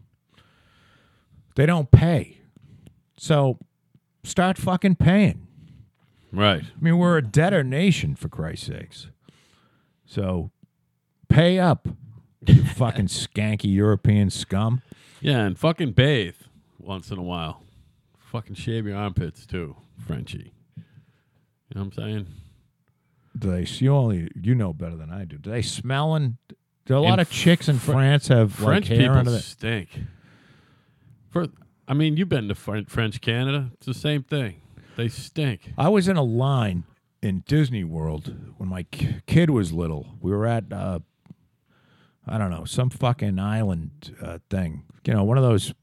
S2: they don't pay. So start fucking paying.
S1: Right.
S2: I mean, we're a debtor nation for Christ's sakes. So pay up, you fucking skanky European scum.
S1: Yeah, and fucking bathe once in a while. Fucking shave your armpits too, Frenchie. You know what I'm saying?
S2: Do they you only you know better than I do. Do they smell and do a lot
S1: In
S2: of chicks in
S1: Fr-
S2: France have
S1: French
S2: like hair
S1: people
S2: under the
S1: stink. For I mean, you've been to French, French Canada. It's the same thing. They stink.
S2: I was in a line in Disney World when my ki- kid was little. We were at, uh, I don't know, some fucking island uh, thing. You know, one of those,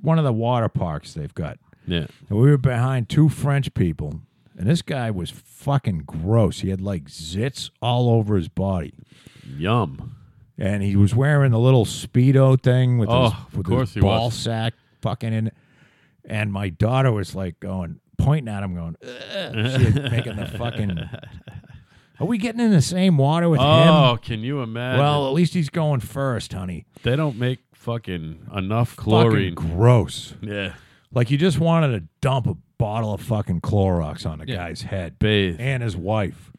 S2: one of the water parks they've got.
S1: Yeah.
S2: And we were behind two French people, and this guy was fucking gross. He had like zits all over his body,
S1: Yum.
S2: and he was wearing the little speedo thing with
S1: Oh,
S2: his,
S1: of
S2: with
S1: course he
S2: his ball
S1: was.
S2: sack fucking in. it. And my daughter was like going pointing at him, going, "Ugh," she was making the fucking. Are we getting in the same water with him?
S1: Oh, can you imagine?
S2: Well, at least he's going first, honey.
S1: they don't make fucking enough chlorine.
S2: Fucking gross.
S1: yeah,
S2: Like you just wanted to dump a bottle of fucking Clorox on the
S1: Yeah.
S2: guy's head
S1: bathe.
S2: and his wife,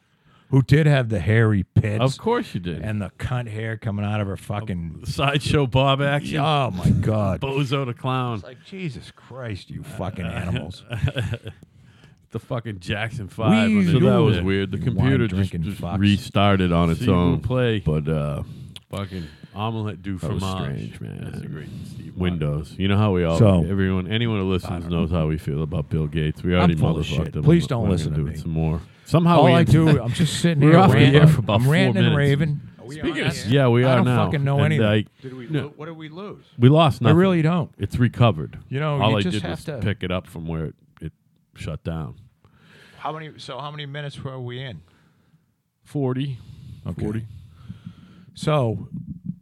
S2: who did have the hairy pits
S1: of course you did.
S2: and the cunt hair coming out of her fucking.
S1: Sideshow Bob action.
S2: Oh my god!
S1: Bozo the clown.
S2: It's like Jesus Christ, you
S1: Uh,
S2: fucking animals.
S1: Oh, the fucking Jackson Five.
S2: We-
S1: on so that
S2: you-
S1: was weird. The
S2: you
S1: computer
S2: wine
S1: just,
S2: drinking
S1: just
S2: fox.
S1: restarted on its
S3: See who
S1: own.
S3: play.
S1: but uh, fucking omelette du
S3: was
S1: fromage.
S3: strange, man.
S1: That's a great Steve Windows. You know how we all.
S2: So-
S1: everyone, anyone who listens knows how we feel about Bill Gates. We already
S2: full of
S1: motherfucked
S2: shit.
S1: him.
S2: Please don't
S1: We're
S2: listen
S1: gonna do
S2: to
S1: it
S2: me.
S1: Some more. Somehow
S2: All
S1: we.
S2: I do, I'm just sitting
S1: We're
S2: here
S1: off the
S2: ranting.
S1: air for about
S2: I'm
S1: four
S2: ranting and
S1: minutes.
S2: raving.
S1: Speaking of, yeah, we
S2: I
S1: are
S2: don't
S1: now.
S2: fucking know
S1: And,
S2: anything.
S1: like,
S3: Did we?
S1: No.
S3: What did we lose?
S1: we lost
S2: I
S1: nothing.
S2: really don't.
S1: It's recovered.
S2: You know,
S1: all
S2: Oh, you
S1: I
S2: just
S1: did
S2: have
S1: was
S2: to-
S1: pick it up from where it, it shut down.
S2: How many? So how many minutes were we in?
S1: Forty.
S2: Okay.
S1: Forty.
S2: So,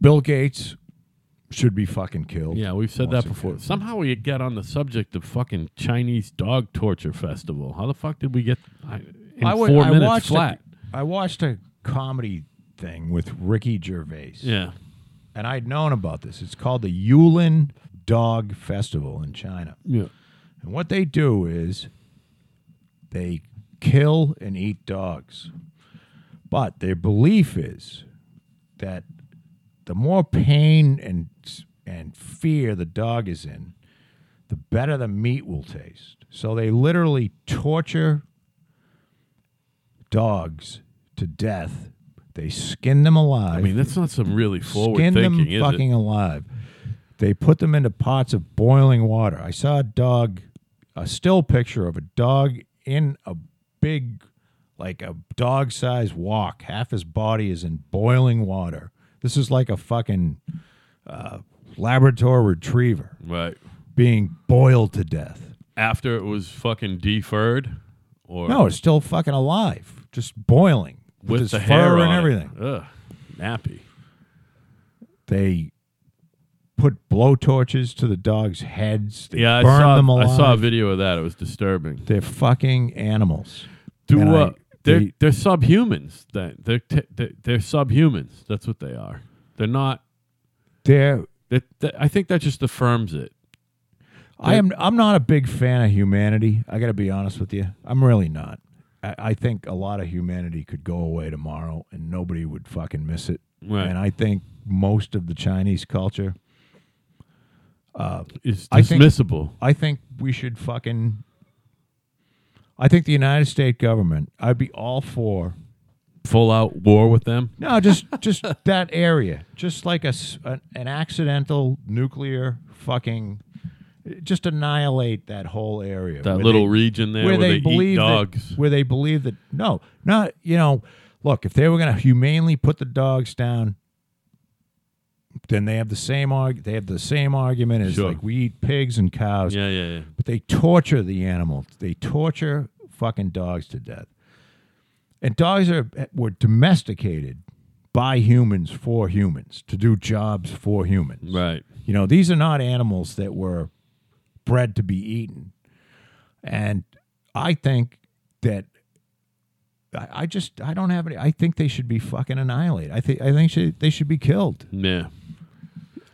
S2: Bill Gates should be fucking killed.
S1: Yeah, we've said
S2: Oh, Once
S1: that before.
S2: again.
S1: Somehow we get on the subject of fucking Chinese dog torture festival. How the fuck did we get I, in
S2: I wa-
S1: four
S2: I
S1: minutes
S2: watched a-
S1: flat?
S2: I watched a comedy thing with Ricky Gervais.
S1: yeah,
S2: And I'd known about this. It's called the Yulin Dog Festival in China.
S1: yeah.
S2: And what they do is they kill and eat dogs. But their belief is that the more pain and and fear the dog is in, the better the meat will taste. So they literally torture dogs to death. They skin them alive
S1: I mean, that's not some really forward
S2: skin
S1: thinking,
S2: them
S1: is
S2: fucking alive. They put them into pots of boiling water. I saw a dog, a still picture of a dog in a big, like a dog sized wok. Half his body is in boiling water. This is like a fucking uh, Labrador retriever
S1: it? Right
S2: being boiled to death.
S1: after it was fucking deferred, or
S2: No, it's still fucking alive, just boiling
S1: with
S2: his
S1: the
S2: fur
S1: hair
S2: and
S1: on it.
S2: everything.
S1: Ugh, nappy.
S2: They put blowtorches to the dog's heads. They
S1: yeah, I
S2: burn
S1: saw.
S2: them alive.
S1: I saw a video of that. It was disturbing.
S2: They're fucking animals.
S1: Do
S2: And I-
S1: uh, they're
S2: they-
S1: they're subhumans. Then they're t- they're, they're subhumans. That's what they are. They're not.
S2: They're.
S1: That that- I think that just affirms it.
S2: I am. I'm not a big fan of humanity. I got to be honest with you. I'm really not. I, I think a lot of humanity could go away tomorrow, and nobody would fucking miss it.
S1: Right.
S2: And I think most of the Chinese culture.
S1: It's
S2: I think-
S1: dismissible.
S2: I think we should fucking. I think the United States government. I'd be all for.
S1: full out war with them.
S2: No, just just that area, just like a s- an, an accidental nuclear fucking, just annihilate that whole area.
S1: That
S2: where
S1: little
S2: they-
S1: region there
S2: where,
S1: where,
S2: they,
S1: eat
S2: believe
S1: dogs.
S2: That, where they believe that no, not you know, look, if they were going to humanely put the dogs down, then they have the same arg they have the same argument as
S1: Sure.
S2: like we eat pigs and cows,
S1: yeah, yeah, yeah.
S2: but they torture the animal. They torture fucking dogs to death. And dogs are were domesticated by humans for humans to do jobs for humans.
S1: Right.
S2: You know, these are not animals that were bred to be eaten. And I think that I, I just I don't have any. I think they should be fucking annihilated. I think I think should, they should be killed.
S1: Yeah.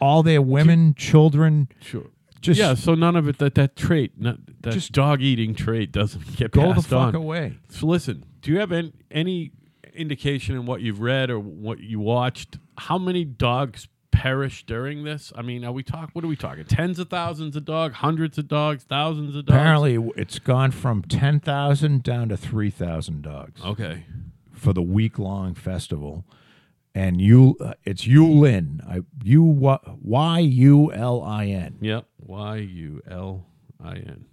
S2: All their women, children,
S1: Sure.
S2: just
S1: yeah, so none of it that that trait, not, that
S2: Just-
S1: dog eating trait doesn't get
S2: go the
S1: passed
S2: fuck
S1: on.
S2: away.
S1: So listen, do you have any, any indication in what you've read or what you watched how many dogs perished during this? I mean, are we talk what are we talking? Tens of thousands of dogs, hundreds of dogs, thousands of dogs.
S2: Apparently, w- it's gone from ten thousand down to three thousand dogs
S1: Okay.
S2: for the week-long festival. And you, uh, it's Yulin, I, U Y U L I N,
S1: Yep. Y U L I N.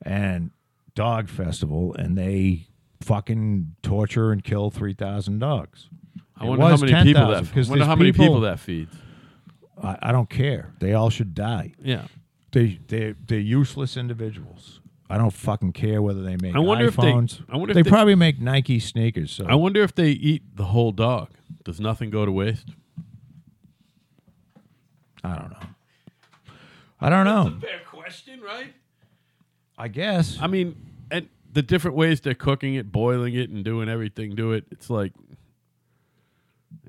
S2: and dog festival, and they fucking torture and kill three thousand dogs.
S1: I
S2: It
S1: wonder how
S2: was
S1: many people
S2: 10,000,
S1: that
S2: 'cause
S1: I wonder
S2: there's
S1: how many people
S2: people-
S1: that feeds.
S2: I, I don't care. They all should die.
S1: Yeah.
S2: They they they're useless individuals. I don't fucking care whether they make
S1: I wonder if they-
S2: iPhones.
S1: I wonder if
S2: they,
S1: they-
S2: probably make Nike sneakers. So
S1: I wonder if they eat the whole dog. Does nothing go to waste?
S2: I don't know. I don't know.
S1: Fair question, right?
S2: I guess.
S1: I mean, and the different ways they're cooking it, boiling it, and doing everything to it. It's like.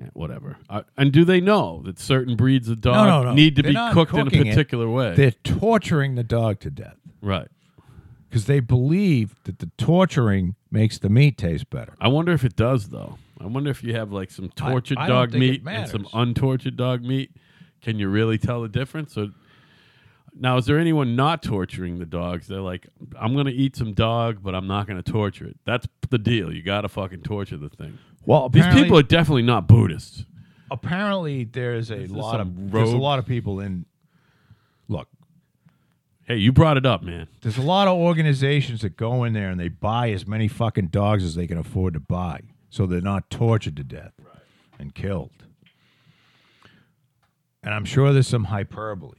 S1: eh, Whatever, I, and do they know that certain breeds of dog
S2: no, no.
S1: need to
S2: They're
S1: be
S2: not
S1: cooked in a
S2: cooking it.
S1: particular way?
S2: They're torturing the dog to death
S1: right.
S2: because they believe that the torturing makes the meat taste better.
S1: I wonder if it does though. I wonder if you have like some tortured
S2: I don't
S1: dog
S2: think it
S1: meat and some
S2: matters.
S1: untortured dog meat. Can you really tell the difference? Or now, is there anyone not torturing the dogs? They're like, I'm gonna eat some dog, but I'm not gonna torture it. That's the deal. You gotta fucking torture the thing.
S2: Well,
S1: These people are definitely not Buddhists.
S2: apparently there's a
S1: this
S2: lot
S1: some
S2: of there's a
S1: rogue?
S2: lot of people in. Look,
S1: Hey, you brought it up, man.
S2: there's a lot of organizations that go in there and they buy as many fucking dogs as they can afford to buy, so they're not tortured to death and killed. And I'm sure there's some hyperbole,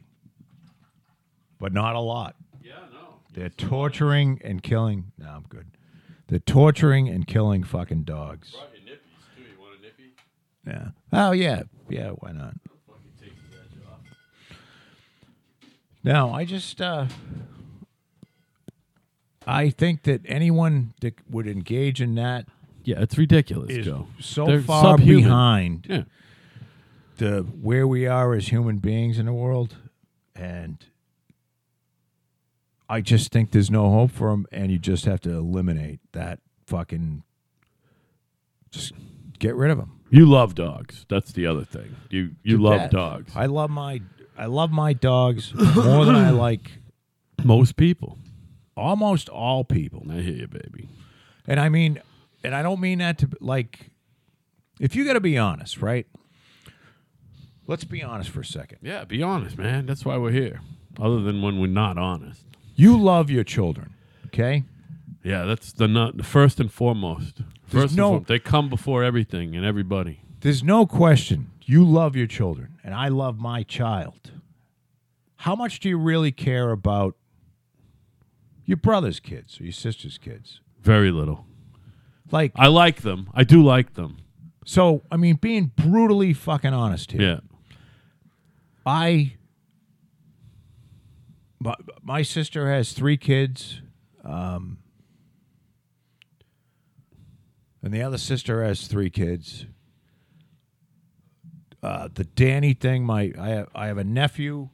S2: but not a lot.
S1: Yeah, no.
S2: They're torturing and killing. No, I'm good. They're torturing and killing fucking dogs. Yeah. Oh yeah. Yeah. Why not? No, I just uh, I think that anyone that would engage in that
S1: Yeah, it's ridiculous,
S2: is
S1: Joe.
S2: so
S1: They're
S2: far
S1: subhuman.
S2: behind
S1: Yeah.
S2: the where we are as human beings in the world, and I just think there's no hope for them, and you just have to eliminate that fucking. Just get rid of them.
S1: You love dogs. That's the other thing. You you love
S2: That-
S1: dogs.
S2: I love my I love my dogs more than I like
S1: Most people.
S2: almost all people.
S1: I hear you, baby.
S2: And I mean, and I don't mean that to like, if you got to be honest, right? Let's be honest for a second.
S1: Yeah, be honest, man. That's why we're here. Other than when we're not honest.
S2: You love your children, okay?
S1: Yeah, that's the not the first and foremost.
S2: There's
S1: First
S2: no-
S1: and foremost, they come before everything and everybody.
S2: There's no question you love your children, and I love my child. How much do you really care about your brother's kids or your sister's kids?
S1: Very little.
S2: Like,
S1: I like them. I do like them.
S2: so, I mean, being brutally fucking honest here.
S1: Yeah.
S2: I my, my sister has three kids, um, and the other sister has three kids. Uh, the Danny thing, my I have, I have a nephew.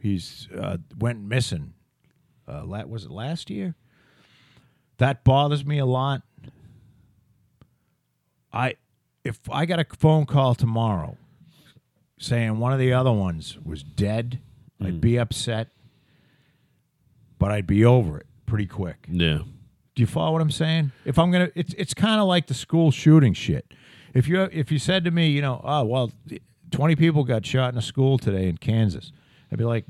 S2: He's uh, went missing. Uh, la- was it last year? That bothers me a lot. I if I got a phone call tomorrow saying one of the other ones was dead, I'd be upset, but I'd be over it pretty quick.
S1: Yeah.
S2: Do you follow what I'm saying? If I'm gonna, it's it's kind of like the school shooting shit. If you if you said to me, you know, oh well, 20 people got shot in a school today in Kansas, I'd be like,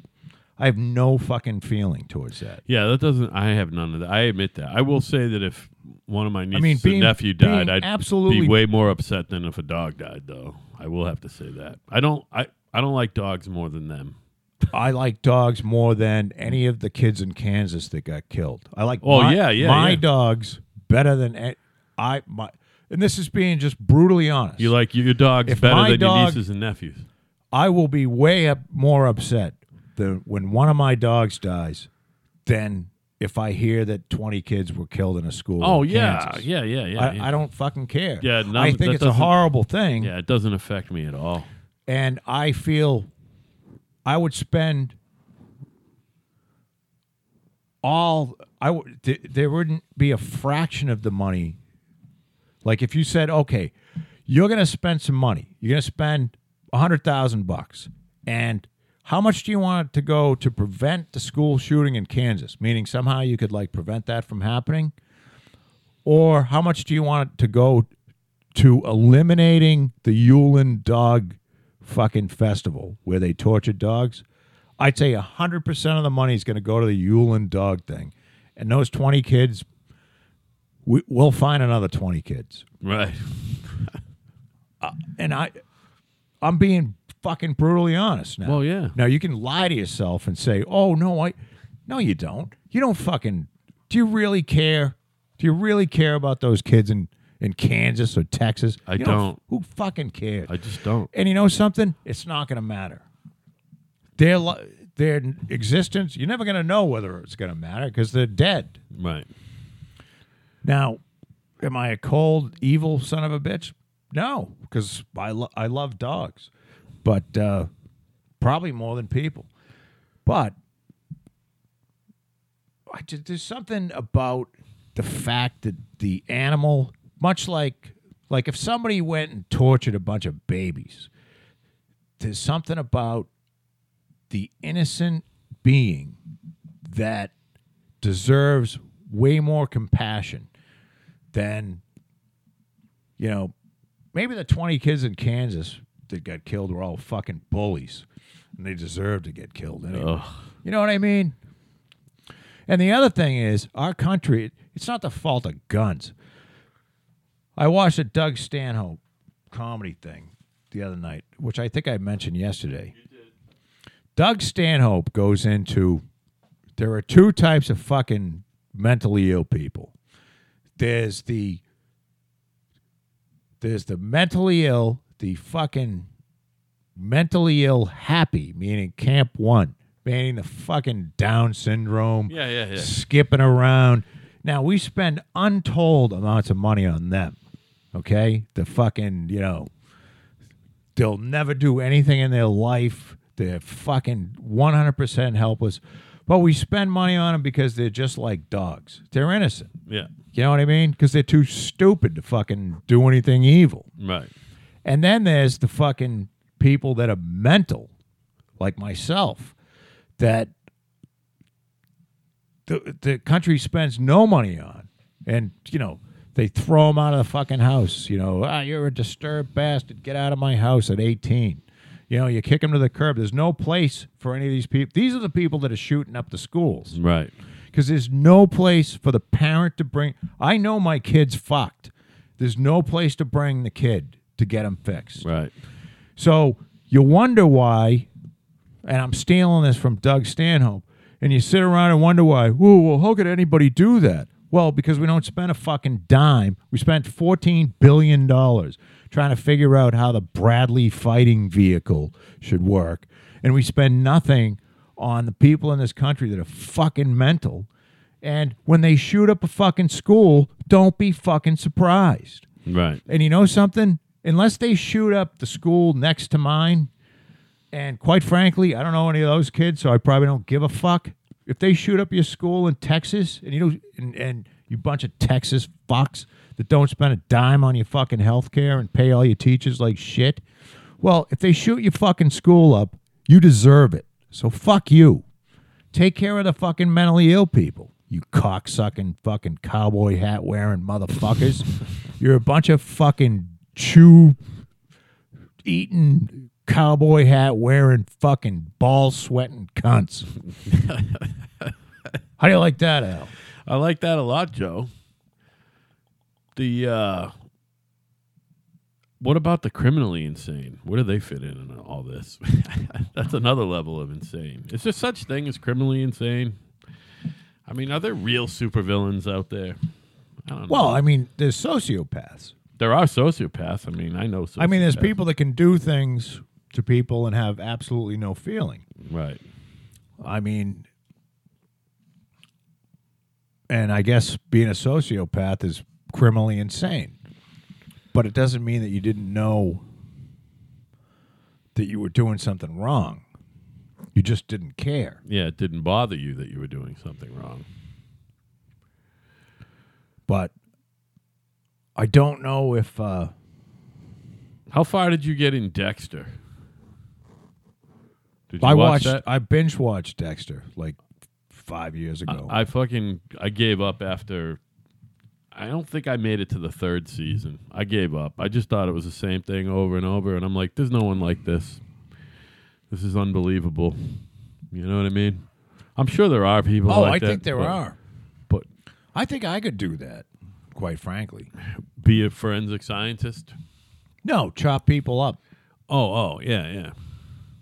S2: I have no fucking feeling towards that.
S1: Yeah, that doesn't I have none of that. I admit that. I will say that if one of my nieces
S2: mean, being-
S1: or nephew died,
S2: being
S1: I'd
S2: absolutely-
S1: be way more upset than if a dog died though. I will have to say that. I don't I, I don't like dogs more than them.
S2: I like dogs more than any of the kids in Kansas that got killed. I like
S1: Oh,
S2: my,
S1: yeah, yeah,
S2: my
S1: yeah.
S2: dogs better than a- I my and this is being just brutally honest.
S1: You like your dog's
S2: If
S1: better
S2: my
S1: than your
S2: dog-
S1: nieces and nephews.
S2: I will be way up more upset than when one of my dogs dies than if I hear that 20 kids were killed in a school.
S1: Oh
S2: in
S1: yeah,
S2: Kansas.
S1: yeah, yeah, yeah. yeah.
S2: I, I don't fucking care.
S1: Yeah, none-
S2: I think
S1: that
S2: it's a
S1: doesn't-
S2: horrible thing.
S1: Yeah, it doesn't affect me at all.
S2: and I feel I would spend all I would th- there wouldn't be a fraction of the money. Like if you said, okay, you're gonna spend some money. You're gonna spend a hundred thousand bucks, and how much do you want it to go to prevent the school shooting in Kansas? Meaning somehow you could like prevent that from happening, or how much do you want it to go to eliminating the Yulin Dog fucking festival where they torture dogs, I'd say 100% of the money is going to go to the Yulin Dog thing. And those 20 kids, we, we'll find another 20 kids.
S1: Right.
S2: And I, I'm being fucking brutally honest now.
S1: Well, yeah.
S2: Now you can lie to yourself and say, "Oh no, I," no, you don't. You don't fucking. Do you really care? Do you really care about those kids in in Kansas or Texas?
S1: I
S2: You
S1: don't.
S2: Who fucking cares?
S1: I just don't.
S2: And you know something? It's not going to matter. Their li- their existence, you're never going to know whether it's going to matter because they're dead.
S1: Right.
S2: Now, am I a cold, evil son of a bitch? No, because I lo- I love dogs, but uh, probably more than people. But I ju- there's something about the fact that the animal, much like like if somebody went and tortured a bunch of babies, there's something about the innocent being that deserves way more compassion than you know maybe the 20 kids in kansas that got killed were all fucking bullies and they deserve to get killed anyway. you know what i mean and the other thing is our country it's not the fault of guns i watched a doug stanhope comedy thing the other night which i think i mentioned yesterday Doug Stanhope goes into there are two types of fucking mentally ill people. There's the there's the mentally ill, the fucking mentally ill happy, meaning camp one, meaning the fucking Down syndrome,
S1: Yeah, yeah, yeah.
S2: skipping around. Now we spend untold amounts of money on them. Okay? The fucking, you know, They'll never do anything in their life. They're fucking 100% helpless. But we spend money on them because they're just like dogs. They're innocent.
S1: Yeah.
S2: You know what I mean? Because they're too stupid to fucking do anything evil.
S1: Right.
S2: And then there's the fucking people that are mental, like myself, that the, the country spends no money on. And, you know, they throw them out of the fucking house. You know, ah, you're a disturbed bastard. Get out of my house at 18. You know, you kick them to the curb. There's no place for any of these people. These are the people that are shooting up the schools
S1: Right.
S2: because there's no place for the parent to bring. I know my kid's fucked. There's no place to bring the kid to get him fixed.
S1: Right.
S2: So you wonder why, and I'm stealing this from Doug Stanhope, and you sit around and wonder why, ooh, well, how could anybody do that? Well, because we don't spend a fucking dime. We spent $14 billion trying to figure out how the Bradley fighting vehicle should work. And we spend nothing on the people in this country that are fucking mental. And when they shoot up a fucking school, don't be fucking surprised.
S1: Right.
S2: And you know something? Unless they shoot up the school next to mine, and quite frankly, I don't know any of those kids, so I probably don't give a fuck. If they shoot up your school in Texas, and you know, and, and you bunch of Texas fucks that don't spend a dime on your fucking health care and pay all your teachers like shit, well, if they shoot your fucking school up, you deserve it. So fuck you. Take care of the fucking mentally ill people. You cocksucking fucking cowboy hat wearing motherfuckers. You're a bunch of fucking chew eating cowboy hat wearing fucking ball sweating cunts. How do you like that, Al?
S1: I like that a lot, Joe. The uh what about the criminally insane? Where do they fit in in all this? That's another level of insane. Is there such thing as criminally insane? I mean, are there real supervillains out there? I don't know.
S2: Well, I mean, there's sociopaths.
S1: there are sociopaths. I mean, I know. Sociopaths.
S2: I mean, there's people that can do things to people and have absolutely no feeling.
S1: Right.
S2: I mean, and I guess being a sociopath is criminally insane, but it doesn't mean that you didn't know that you were doing something wrong. You just didn't care.
S1: Yeah, it didn't bother you that you were doing something wrong.
S2: But I don't know if uh,
S1: How far did you get in Dexter? Did you
S2: I
S1: watch
S2: watched.
S1: that?
S2: I binge watched Dexter like five years ago.
S1: I fucking I gave up after. I don't think I made it to the third season. I gave up. I just thought it was the same thing over and over, and I'm like, there's no one like this. This is unbelievable. You know what I mean? I'm sure there are people.
S2: oh,
S1: like that,
S2: I think there
S1: but-
S2: are.
S1: But
S2: I think I could do that. Quite frankly,
S1: be a forensic scientist.
S2: no, chop people up.
S1: Oh, oh, yeah, yeah.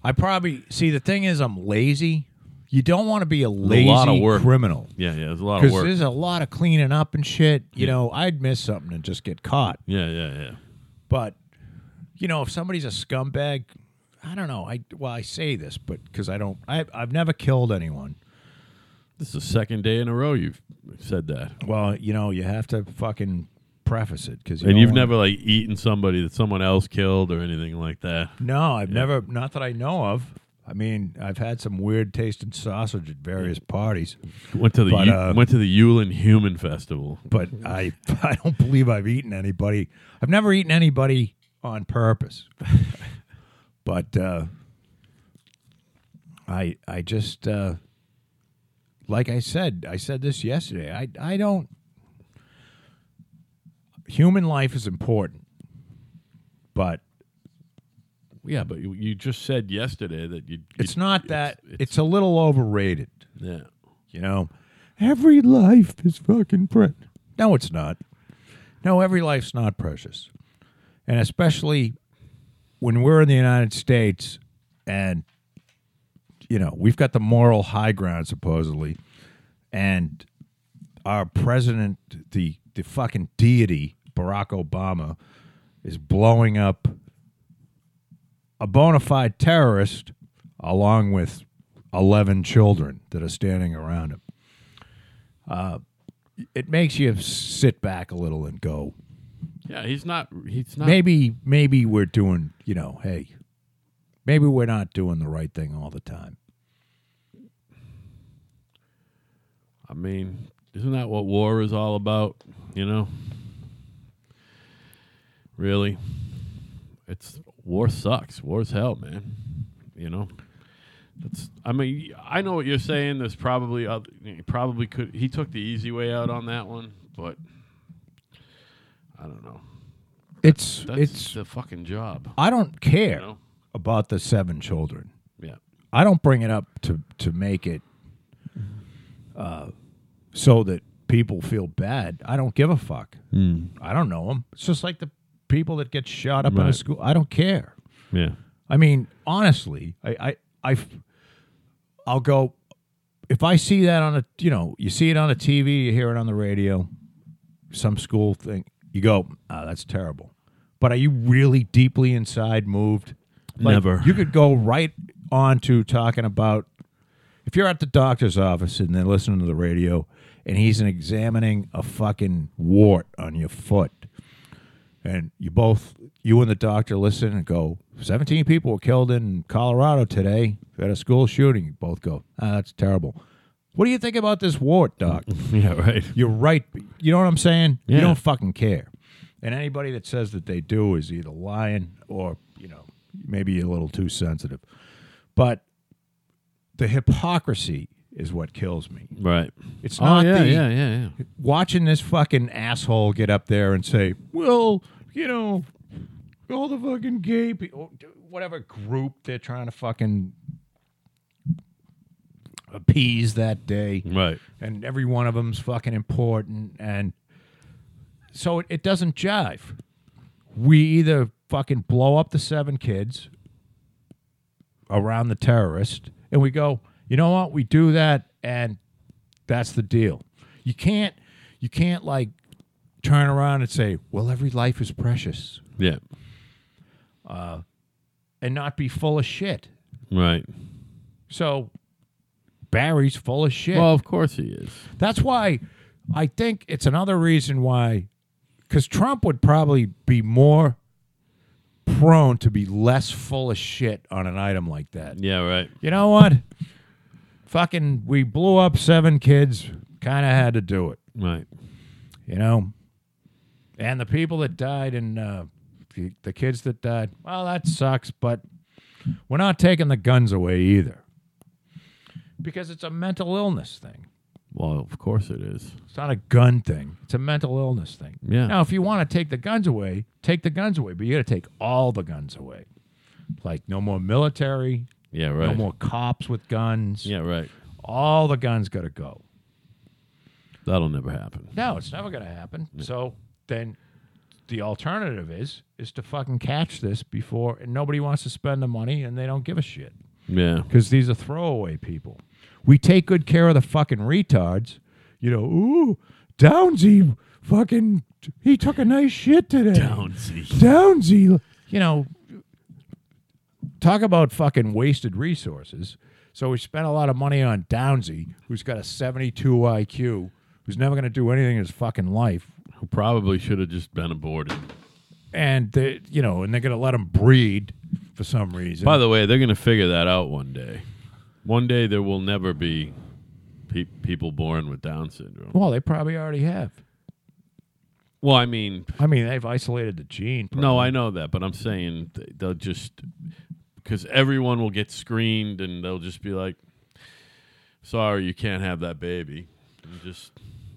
S2: I probably see the thing is I'm lazy. You don't want to be a lazy
S1: lot of work.
S2: criminal
S1: Yeah, yeah. There's a lot of
S2: because
S1: work.
S2: there's a lot of cleaning up and shit. You
S1: Yeah.
S2: know, I'd miss something and just get caught.
S1: yeah, yeah, yeah.
S2: But you know, if somebody's a scumbag, I don't know. I well, I say this, but because I don't, I, I've never killed anyone.
S1: This is the second day in a row you've said that,
S2: Well, you know, you have to fucking preface it because you
S1: and
S2: don't
S1: you've
S2: wanna-
S1: never like eaten somebody that someone else killed or anything like that.
S2: No, I've never. Not that I know of. I mean, I've had some weird tasting sausage at various parties,
S1: Went to the
S2: But,
S1: Eu-
S2: uh,
S1: went to the Yulin Human Festival.
S2: but I I don't believe I've eaten anybody. I've never eaten anybody on purpose. but uh, I I just uh, like I said I said this yesterday. I I don't. Human life is important, but
S1: Yeah, but you, you just said yesterday that you.
S2: it's
S1: you-
S2: not that.
S1: it's-
S2: it's a little overrated.
S1: yeah.
S2: You know, every life is fucking precious. No, it's not. No, every life's not precious. And especially when we're in the United States and, you know, we've got the moral high ground, supposedly, and our president, the, the fucking deity, Barack Obama, is blowing up a bona fide terrorist along with 11 children that are standing around him. Uh, it makes you sit back a little and go,
S1: Yeah, he's not. He's not.
S2: maybe, maybe we're doing, you know, hey, maybe we're not doing the right thing all the time.
S1: I mean, isn't that what war is all about? You know? Really? It's war sucks. War's hell, man. You know? That's I mean, I know what you're saying. There's probably oth- he probably could he took the easy way out on that one, but I don't know.
S2: It's,
S1: That's
S2: it's,
S1: the fucking job.
S2: I don't care
S1: You know?
S2: about the seven children.
S1: Yeah.
S2: I don't bring it up to to make it uh, so that people feel bad. I don't give a fuck. I don't know them. It's just like the people that get shot up in a
S1: Right.
S2: school. I don't care.
S1: Yeah.
S2: I mean, honestly, I, I, I, will go if I see that on a, you know, you see it on a TV, you hear it on the radio, some school thing, you go, ah, that's terrible. But are you really deeply inside moved?
S1: Never.
S2: You could go right on to talking about if you're at the doctor's office and they're listening to the radio and he's examining a fucking wart on your foot and you both you and the doctor listen and go 17 people were killed in colorado today at a school shooting you both go ah, that's terrible what do you think about this wart doc
S1: Yeah, right.
S2: you're right you know what i'm saying
S1: Mm-hmm.
S2: you
S1: Yeah.
S2: don't fucking care and anybody that says that they do is either lying or you know maybe a little too sensitive but the hypocrisy is what kills me
S1: Right.
S2: it's
S1: Oh
S2: not
S1: yeah,
S2: the
S1: yeah, yeah, yeah.
S2: watching this fucking asshole get up there and say, "Well, you know, all the fucking gay people, whatever group they're trying to fucking appease that day,
S1: Right.
S2: and every one of them's fucking important, and so it, it doesn't jive. We either fucking blow up the seven kids around the terrorist, and we go, you know what? We do that, and that's the deal. You can't, you can't like turn around and say, well, every life is precious,
S1: Yeah.
S2: and not be full of shit.
S1: Right.
S2: So Barry's full of shit.
S1: Well, of course he is.
S2: That's why I think it's another reason why, because Trump would probably be more prone to be less full of shit on an item like that.
S1: Yeah, right.
S2: You know what? Fucking, we blew up seven kids. Kind of had to do it,
S1: Right.
S2: you know. And the people that died and uh, the, the kids that died, well, that sucks. But we're not taking the guns away either, because it's a mental illness thing.
S1: Well, of course it is.
S2: It's not a gun thing. It's a mental illness thing.
S1: Yeah.
S2: Now, if you want to take the guns away, take the guns away, but you got to take all the guns away. Like no more military,
S1: Yeah, right.
S2: no more cops with guns.
S1: Yeah, right.
S2: All the guns got to go.
S1: That'll never happen.
S2: No, it's never going to happen. So then the alternative is is to fucking catch this before and nobody wants to spend the money and they don't give a shit
S1: Yeah.
S2: because these are throwaway people. We take good care of the fucking retards. You know, ooh, Downsy fucking, he took a nice shit today.
S1: Downsy.
S2: Downsy. You know, talk about fucking wasted resources. So we spent a lot of money on Downsy, who's got a 72 IQ, who's never going to do anything in his fucking life.
S1: Who probably should have just been aborted.
S2: And they, you know, and they're going to let him breed for some reason.
S1: By the way, they're going to figure that out one day. One day there will never be pe- people born with Down syndrome.
S2: well, they probably already have.
S1: Well, I mean,
S2: I mean, they've isolated the gene. Probably.
S1: no, I know that, but I'm saying th- they'll just because everyone will get screened and they'll just be like, "Sorry, you can't have that baby." And just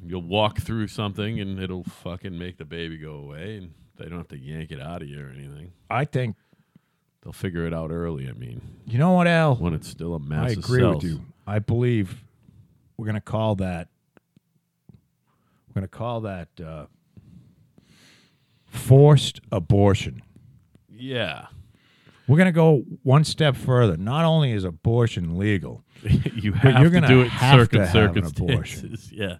S1: you'll walk through something and it'll fucking make the baby go away, and they don't have to yank it out of you or anything.
S2: I think
S1: They'll figure it out early. I mean,
S2: you know what, Al.
S1: when it's still a
S2: I
S1: mass. of
S2: agree
S1: cells.
S2: with you. I believe we're going to call that. We're going to call that uh, forced abortion.
S1: Yeah,
S2: We're going to go one step further. Not only is abortion legal,
S1: you have to
S2: you're gonna
S1: do it
S2: have
S1: circum
S2: to have an
S1: circumstances. Yeah,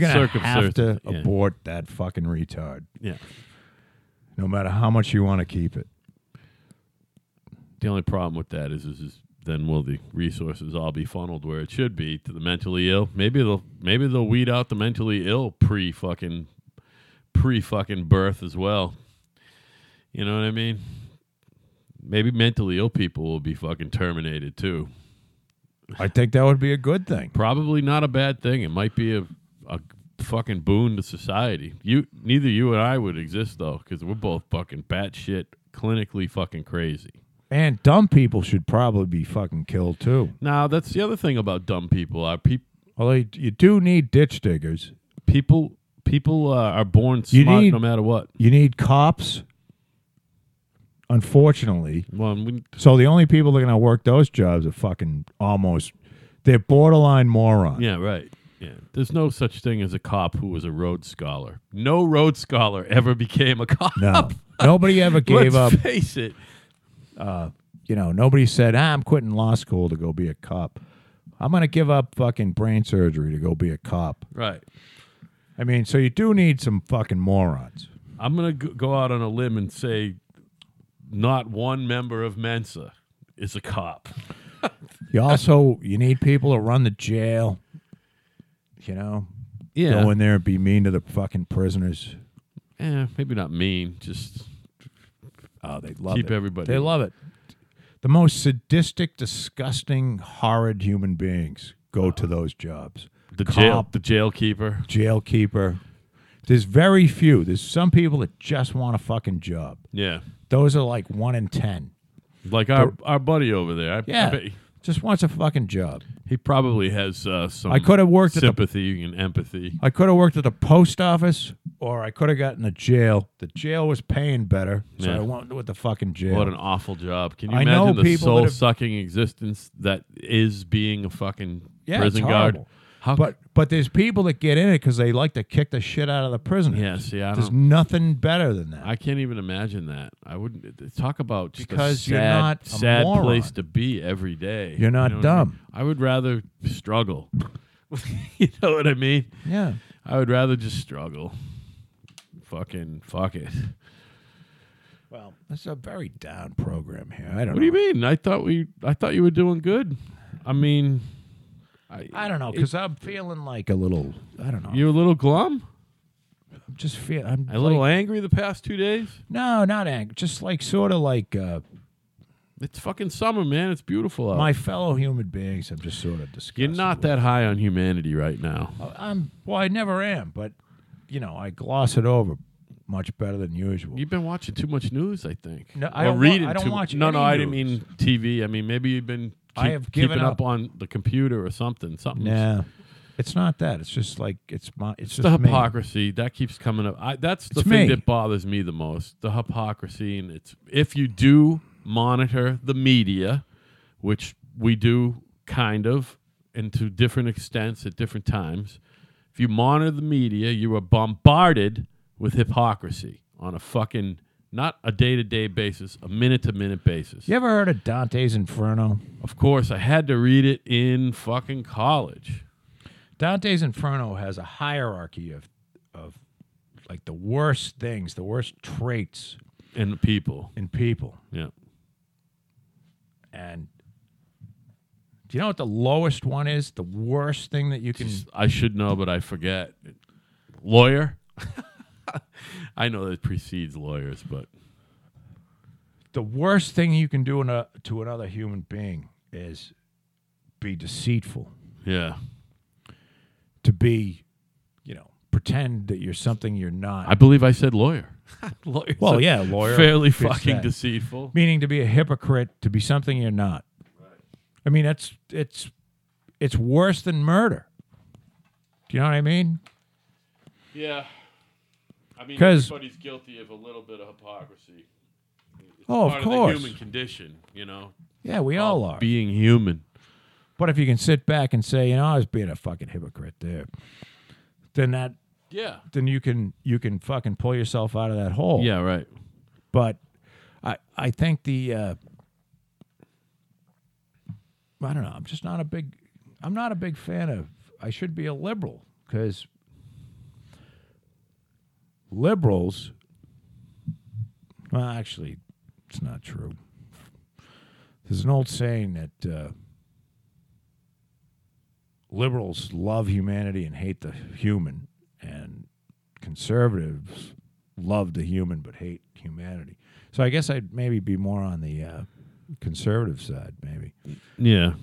S1: It's
S2: going to
S1: circum-
S2: have to
S1: yeah.
S2: abort that fucking retard,
S1: yeah.
S2: no matter how much you want to keep it.
S1: The only problem with that is, is, is then will the resources all be funneled where it should be to the mentally ill? Maybe they'll maybe they'll weed out the mentally ill pre fucking pre fucking birth as well. You know what I mean? Maybe mentally ill people will be fucking terminated too.
S2: I think that would be a good thing.
S1: Probably not a bad thing. It might be a, a fucking boon to society. You neither you and I would exist though, because we're both fucking batshit, clinically fucking crazy.
S2: And dumb people should probably be fucking killed too.
S1: Now that's the other thing about dumb people. Are peop
S2: Although you, you do need ditch diggers,
S1: people people uh, are born
S2: You
S1: smart
S2: need-
S1: no matter what.
S2: you need cops. Unfortunately,
S1: Well, we,
S2: So the only people that are going to work those jobs are fucking almost they're borderline morons.
S1: yeah, right. Yeah, there's no such thing as a cop who was a Rhodes scholar. No Rhodes scholar ever became a cop.
S2: No, nobody ever gave
S1: Let's
S2: up.
S1: face it.
S2: You know, nobody said, ah, "I'm quitting law school to go be a cop. I'm going to give up fucking brain surgery to go be a cop."
S1: Right.
S2: I mean, so you do need some fucking morons.
S1: I'm gonna g- go out on a limb and say, not one member of Mensa is a cop.
S2: You
S1: Uh,
S2: also you need people to run the jail. You know, go in there and be mean to the fucking prisoners.
S1: Eh, maybe not mean. Just
S2: Oh, they love
S1: Keep
S2: it.
S1: everybody-
S2: They love it. The most sadistic, disgusting, horrid human beings go to those jobs.
S1: the jail,
S2: Cop,
S1: the jailkeeper.
S2: jailkeeper. There's very few. There's some people that just want a fucking job.
S1: Yeah,
S2: Those are like one in ten.
S1: like our our buddy over there. I, I
S2: Yeah,
S1: bet
S2: just wants a fucking job.
S1: he probably has uh, some.
S2: I could have worked at the
S1: sympathy and empathy.
S2: I could have worked at the post office, or I could have gotten a jail. The jail was paying better, so
S1: Yeah.
S2: I went with the fucking jail.
S1: What an awful job! Can you
S2: I know
S1: imagine the
S2: people that have-
S1: soul-sucking existence that is being a fucking
S2: Yeah,
S1: prison
S2: it's
S1: guard?
S2: horrible.
S1: How? c-
S2: But but there's people that get in it because they like to kick the shit out of the prisoners.
S1: yeah, see, I
S2: There's
S1: don't.
S2: nothing better than that.
S1: I can't even imagine that. I wouldn't th- talk about just
S2: Because
S1: a sad,
S2: you're not a
S1: sad
S2: moron.
S1: place to be every day.
S2: You're
S1: what
S2: not
S1: I mean?
S2: dumb.
S1: I, would rather struggle. you know what I mean?
S2: yeah.
S1: I would rather just struggle. Fucking fuck it.
S2: Well, this is a very down program here. I don't
S1: What do you mean? I thought we. I thought you were doing good. I mean, I.
S2: I don't know because I'm feeling like a little. I don't know.
S1: You're a little glum.
S2: I'm just feel. I'm
S1: A little
S2: like-
S1: angry the past two days.
S2: no, not angry. Just like sort of like uh,
S1: It's fucking summer, man. It's beautiful out.
S2: my fellow human beings. I'm just sort of disgusted.
S1: You're not
S2: with.
S1: that high on humanity right now.
S2: I'm. Well, I never am, but you know, I gloss it over much better than usual.
S1: You've been watching too much news, I think.
S2: No, I
S1: Or
S2: don't wa-
S1: reading
S2: I don't
S1: too
S2: watch
S1: No, no,
S2: any
S1: I didn't mean
S2: news.
S1: TV. I mean, maybe you've been keep,
S2: I have given
S1: keeping up.
S2: up.
S1: on the computer or something. Something.
S2: nah, it's not that. It's just like it's my. It's, just
S1: The
S2: me.
S1: hypocrisy that keeps coming up. I, that's the
S2: It's
S1: thing
S2: me.
S1: that bothers me the most. The hypocrisy, and it's if you do monitor the media, which we do kind of, and to different extents at different times. If you monitor the media, you are bombarded with hypocrisy on a fucking not a day to day basis, a minute to minute basis.
S2: You ever heard of Dante's Inferno?
S1: Of course, I had to read it in fucking college.
S2: Dante's Inferno has a hierarchy of of like the worst things, the worst traits
S1: And the people.
S2: in people.
S1: Yeah.
S2: And Do you know what the lowest one is? The worst thing that you
S1: Hmm.
S2: can.
S1: I should know, but I forget. Lawyer. I know that precedes lawyers, but
S2: the worst thing you can do in a, to another human being is be deceitful.
S1: yeah,
S2: To be, you know, pretend that you're something you're not.
S1: I believe I said lawyer. Lawyers
S2: well,
S1: are
S2: yeah, lawyer.
S1: fairly
S2: fits
S1: fucking
S2: that.
S1: deceitful.
S2: meaning to be a hypocrite, to be something you're not. I mean, that's it's it's worse than murder. Do you know what I mean?
S1: Yeah, I mean,
S2: 'Cause-
S1: everybody's guilty of a little bit of hypocrisy. It's
S2: Oh, of
S1: part
S2: course.
S1: the human condition, you know.
S2: Yeah, we all are.
S1: being human.
S2: but if you can sit back and say, you know, I was being a fucking hypocrite there, then that
S1: Yeah.
S2: then you can you can fucking pull yourself out of that hole.
S1: Yeah. Right.
S2: But I I think the uh, I don't know. I'm just not a big I'm not a big fan of. I should be a liberal because liberals. Well, actually, it's not true. There's an old saying that uh, liberals love humanity and hate the human, and conservatives love the human but hate humanity. So I guess I'd maybe be more on the uh, conservative side, maybe.
S1: Yeah.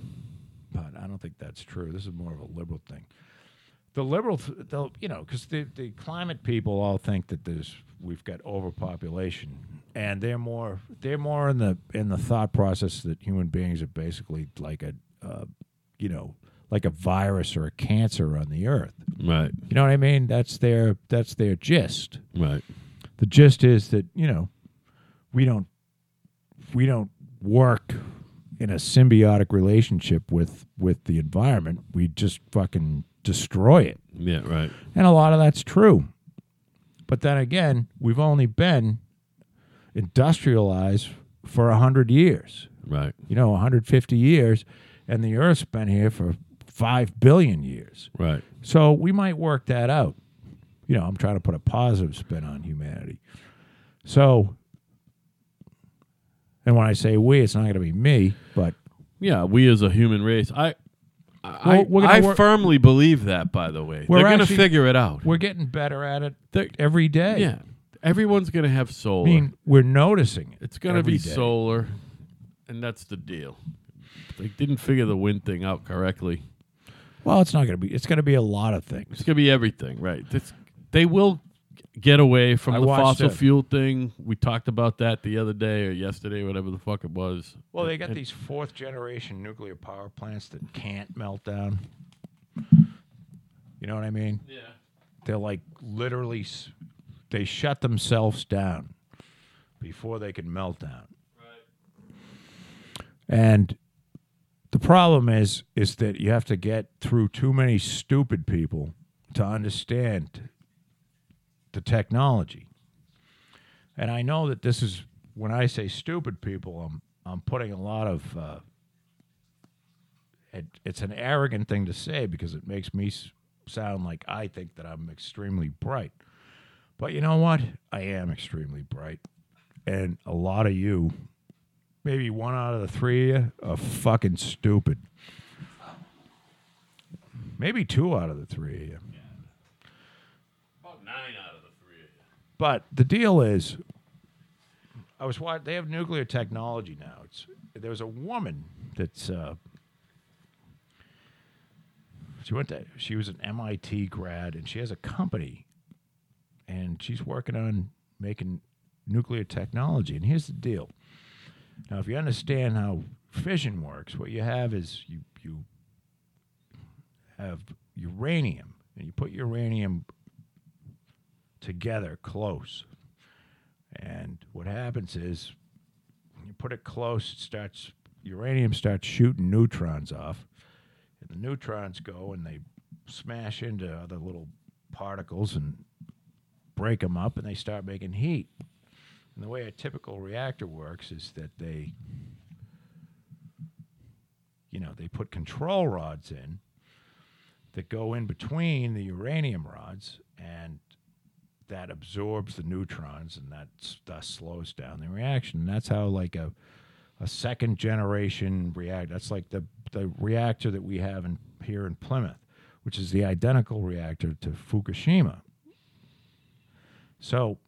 S2: But I don't think that's true. This is more of a liberal thing. The liberal, th- they'll, you know, because the, the climate people all think that there's we've got overpopulation, and they're more they're more in the in the thought process that human beings are basically like a, uh, you know, like a virus or a cancer on the earth.
S1: Right.
S2: You know what I mean? That's their that's their gist
S1: Right.
S2: the gist is that you know we don't we don't work in a symbiotic relationship with with the environment we just fucking destroy it
S1: Yeah. Right.
S2: and a lot of that's true but then again we've only been industrialized for 100 years
S1: Right.
S2: you know 150 years and the earth's been here for 5 billion years
S1: Right.
S2: so we might work that out. You know, I'm trying to put a positive spin on humanity. So, and when I say we, it's not going to be me, but
S1: Yeah. We as a human race, I, I,
S2: Well, we're gonna
S1: I
S2: wor-
S1: firmly believe that. By the way,
S2: We're
S1: they're going to
S2: actually-
S1: figure it out.
S2: we're getting better at it
S1: They're-
S2: every day.
S1: yeah. Everyone's going to have
S2: I
S1: solar.
S2: mean, we're noticing it.
S1: it's going to
S2: every
S1: be
S2: day.
S1: solar, and that's the deal. They didn't figure the wind thing out correctly.
S2: Well, it's not going to be. It's going to be a lot of
S1: It's
S2: things.
S1: going to be everything, right? It's, they will get away from
S2: I
S1: the
S2: watched
S1: fossil
S2: a-
S1: fuel thing. We talked about that the other day or yesterday, whatever the fuck it was.
S2: Well, they got these fourth generation nuclear power plants that can't melt down. You know what I mean?
S1: Yeah.
S2: they're like literally s- they shut themselves down before they can melt down and the problem is is that you have to get through too many stupid people to understand the technology and i know that this is when i say stupid people i'm i'm putting a lot of uh, it, it's an arrogant thing to say because it makes me s- sound like I think that I'm extremely bright. But you know what? I am extremely bright. And a lot of you, maybe one out of the three of you, are fucking stupid. Maybe two out of the three of you.
S1: About nine out of the three.
S2: But the deal is, I was watching. They have nuclear technology now. It's there was a woman that's. Uh, she went to. She was an MIT grad, and she has a company, and she's working on making nuclear technology. And here's the deal. Now, if you understand how fission works, what you have is you you have uranium, and you put uranium together close. And what happens is when you put it close, it starts uranium starts shooting neutrons off. And the neutrons go and they smash into other little particles and break them up and they start making heat. And the way a typical reactor works is that they you know, they put control rods in that go in between the uranium rods and that absorbs the neutrons and that s- thus slows down the reaction. And that's how like a a second generation reactor. That's like the the reactor that we have in, here in Plymouth, which is the identical reactor to Fukushima. So,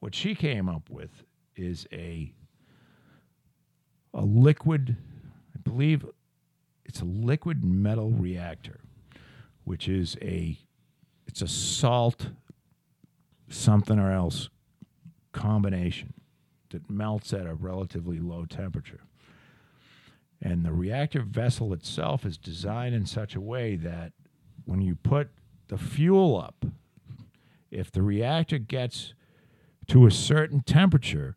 S2: what she came up with is a a liquid, I believe, it's a liquid metal reactor, which is a it's a salt something or else combination that melts at a relatively low temperature. And the reactor vessel itself is designed in such a way that when you put the fuel up, if the reactor gets to a certain temperature,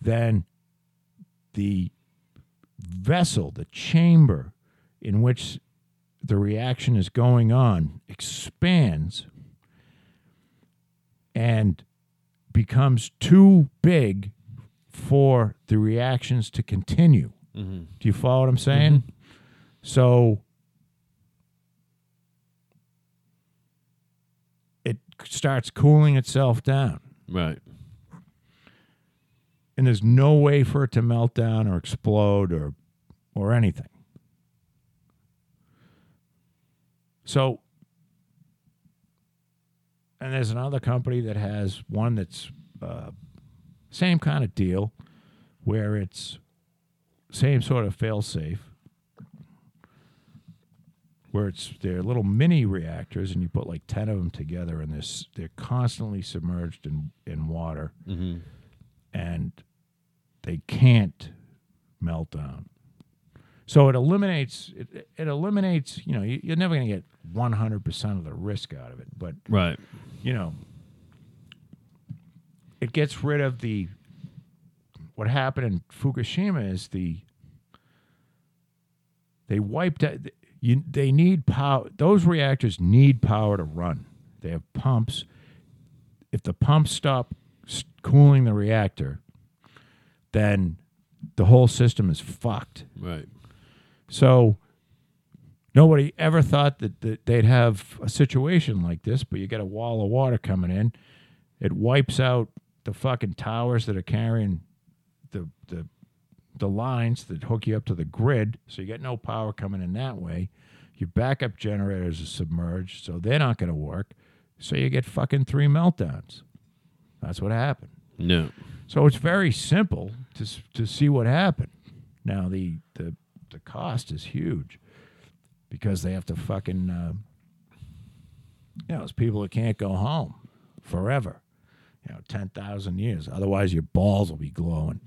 S2: then the vessel, the chamber in which the reaction is going on, expands and becomes too big for the reactions to continue.
S1: Mhm.
S2: Do you follow what I'm saying? So it starts cooling itself down,
S1: Right.
S2: and there's no way for it to melt down or explode or or anything. So and there's another company that has one that's uh, same kind of deal where it's same sort of fail safe where it's they're little mini reactors and you put like 10 of them together and they're, s- they're constantly submerged in, in water
S1: Mm-hmm.
S2: and they can't melt down. So it eliminates it, it eliminates you know you, you're never going to get 100 percent of the risk out of it, but
S1: Right.
S2: you know it gets rid of the what happened in Fukushima is the they wiped out you, they need power those reactors need power to run they have pumps if the pumps stop s- cooling the reactor then the whole system is fucked
S1: Right.
S2: so nobody ever thought that, that they'd have a situation like this, but you get a wall of water coming in. It wipes out the fucking towers that are carrying the the the lines that hook you up to the grid, so you get no power coming in that way. Your backup generators are submerged, so they're not going to work. So you get fucking three meltdowns. That's what happened.
S1: No.
S2: So it's very simple to s- to see what happened. Now the the the cost is huge because they have to fucking uh, you know it's people that can't go home forever. You know, ten thousand years. Otherwise, your balls will be glowing.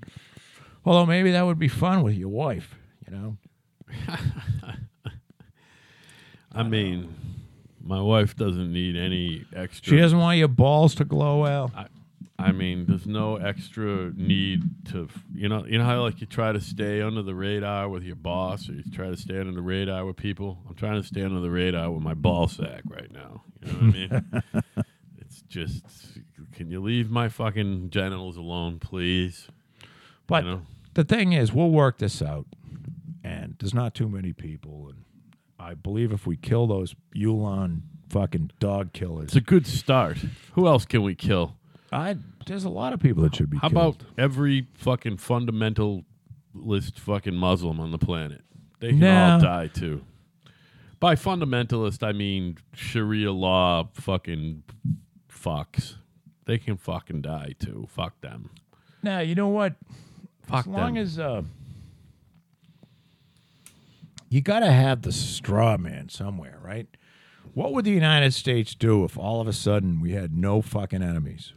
S2: Although maybe that would be fun with your wife. You know,
S1: I, mean, my wife doesn't need any extra.
S2: she doesn't want your balls to glow. Well,
S1: I, I mean, there's no extra need to, f- you know, you know how like you try to stay under the radar with your boss, or you try to stay under the radar with people. I'm trying to stay under the radar with my ball sack right now. You know what I mean? it's just, can you leave my fucking genitals alone, please?
S2: but
S1: you know?
S2: the thing is, we'll work this out. And there's not too many people. And I believe if we kill those Yulon fucking dog killers,
S1: it's a good start. Who else can we kill?
S2: I there's a lot of people that should be.
S1: How
S2: killed.
S1: about every fucking fundamentalist fucking Muslim on the planet? They can all
S2: No.
S1: die too. By fundamentalist, I mean Sharia law fucking fucks. They can fucking die too. Fuck them.
S2: now? You know what?
S1: Fuck
S2: as long
S1: them.
S2: as uh, you got to have the straw man somewhere, right? What would the United States do if all of a sudden we had no fucking enemies?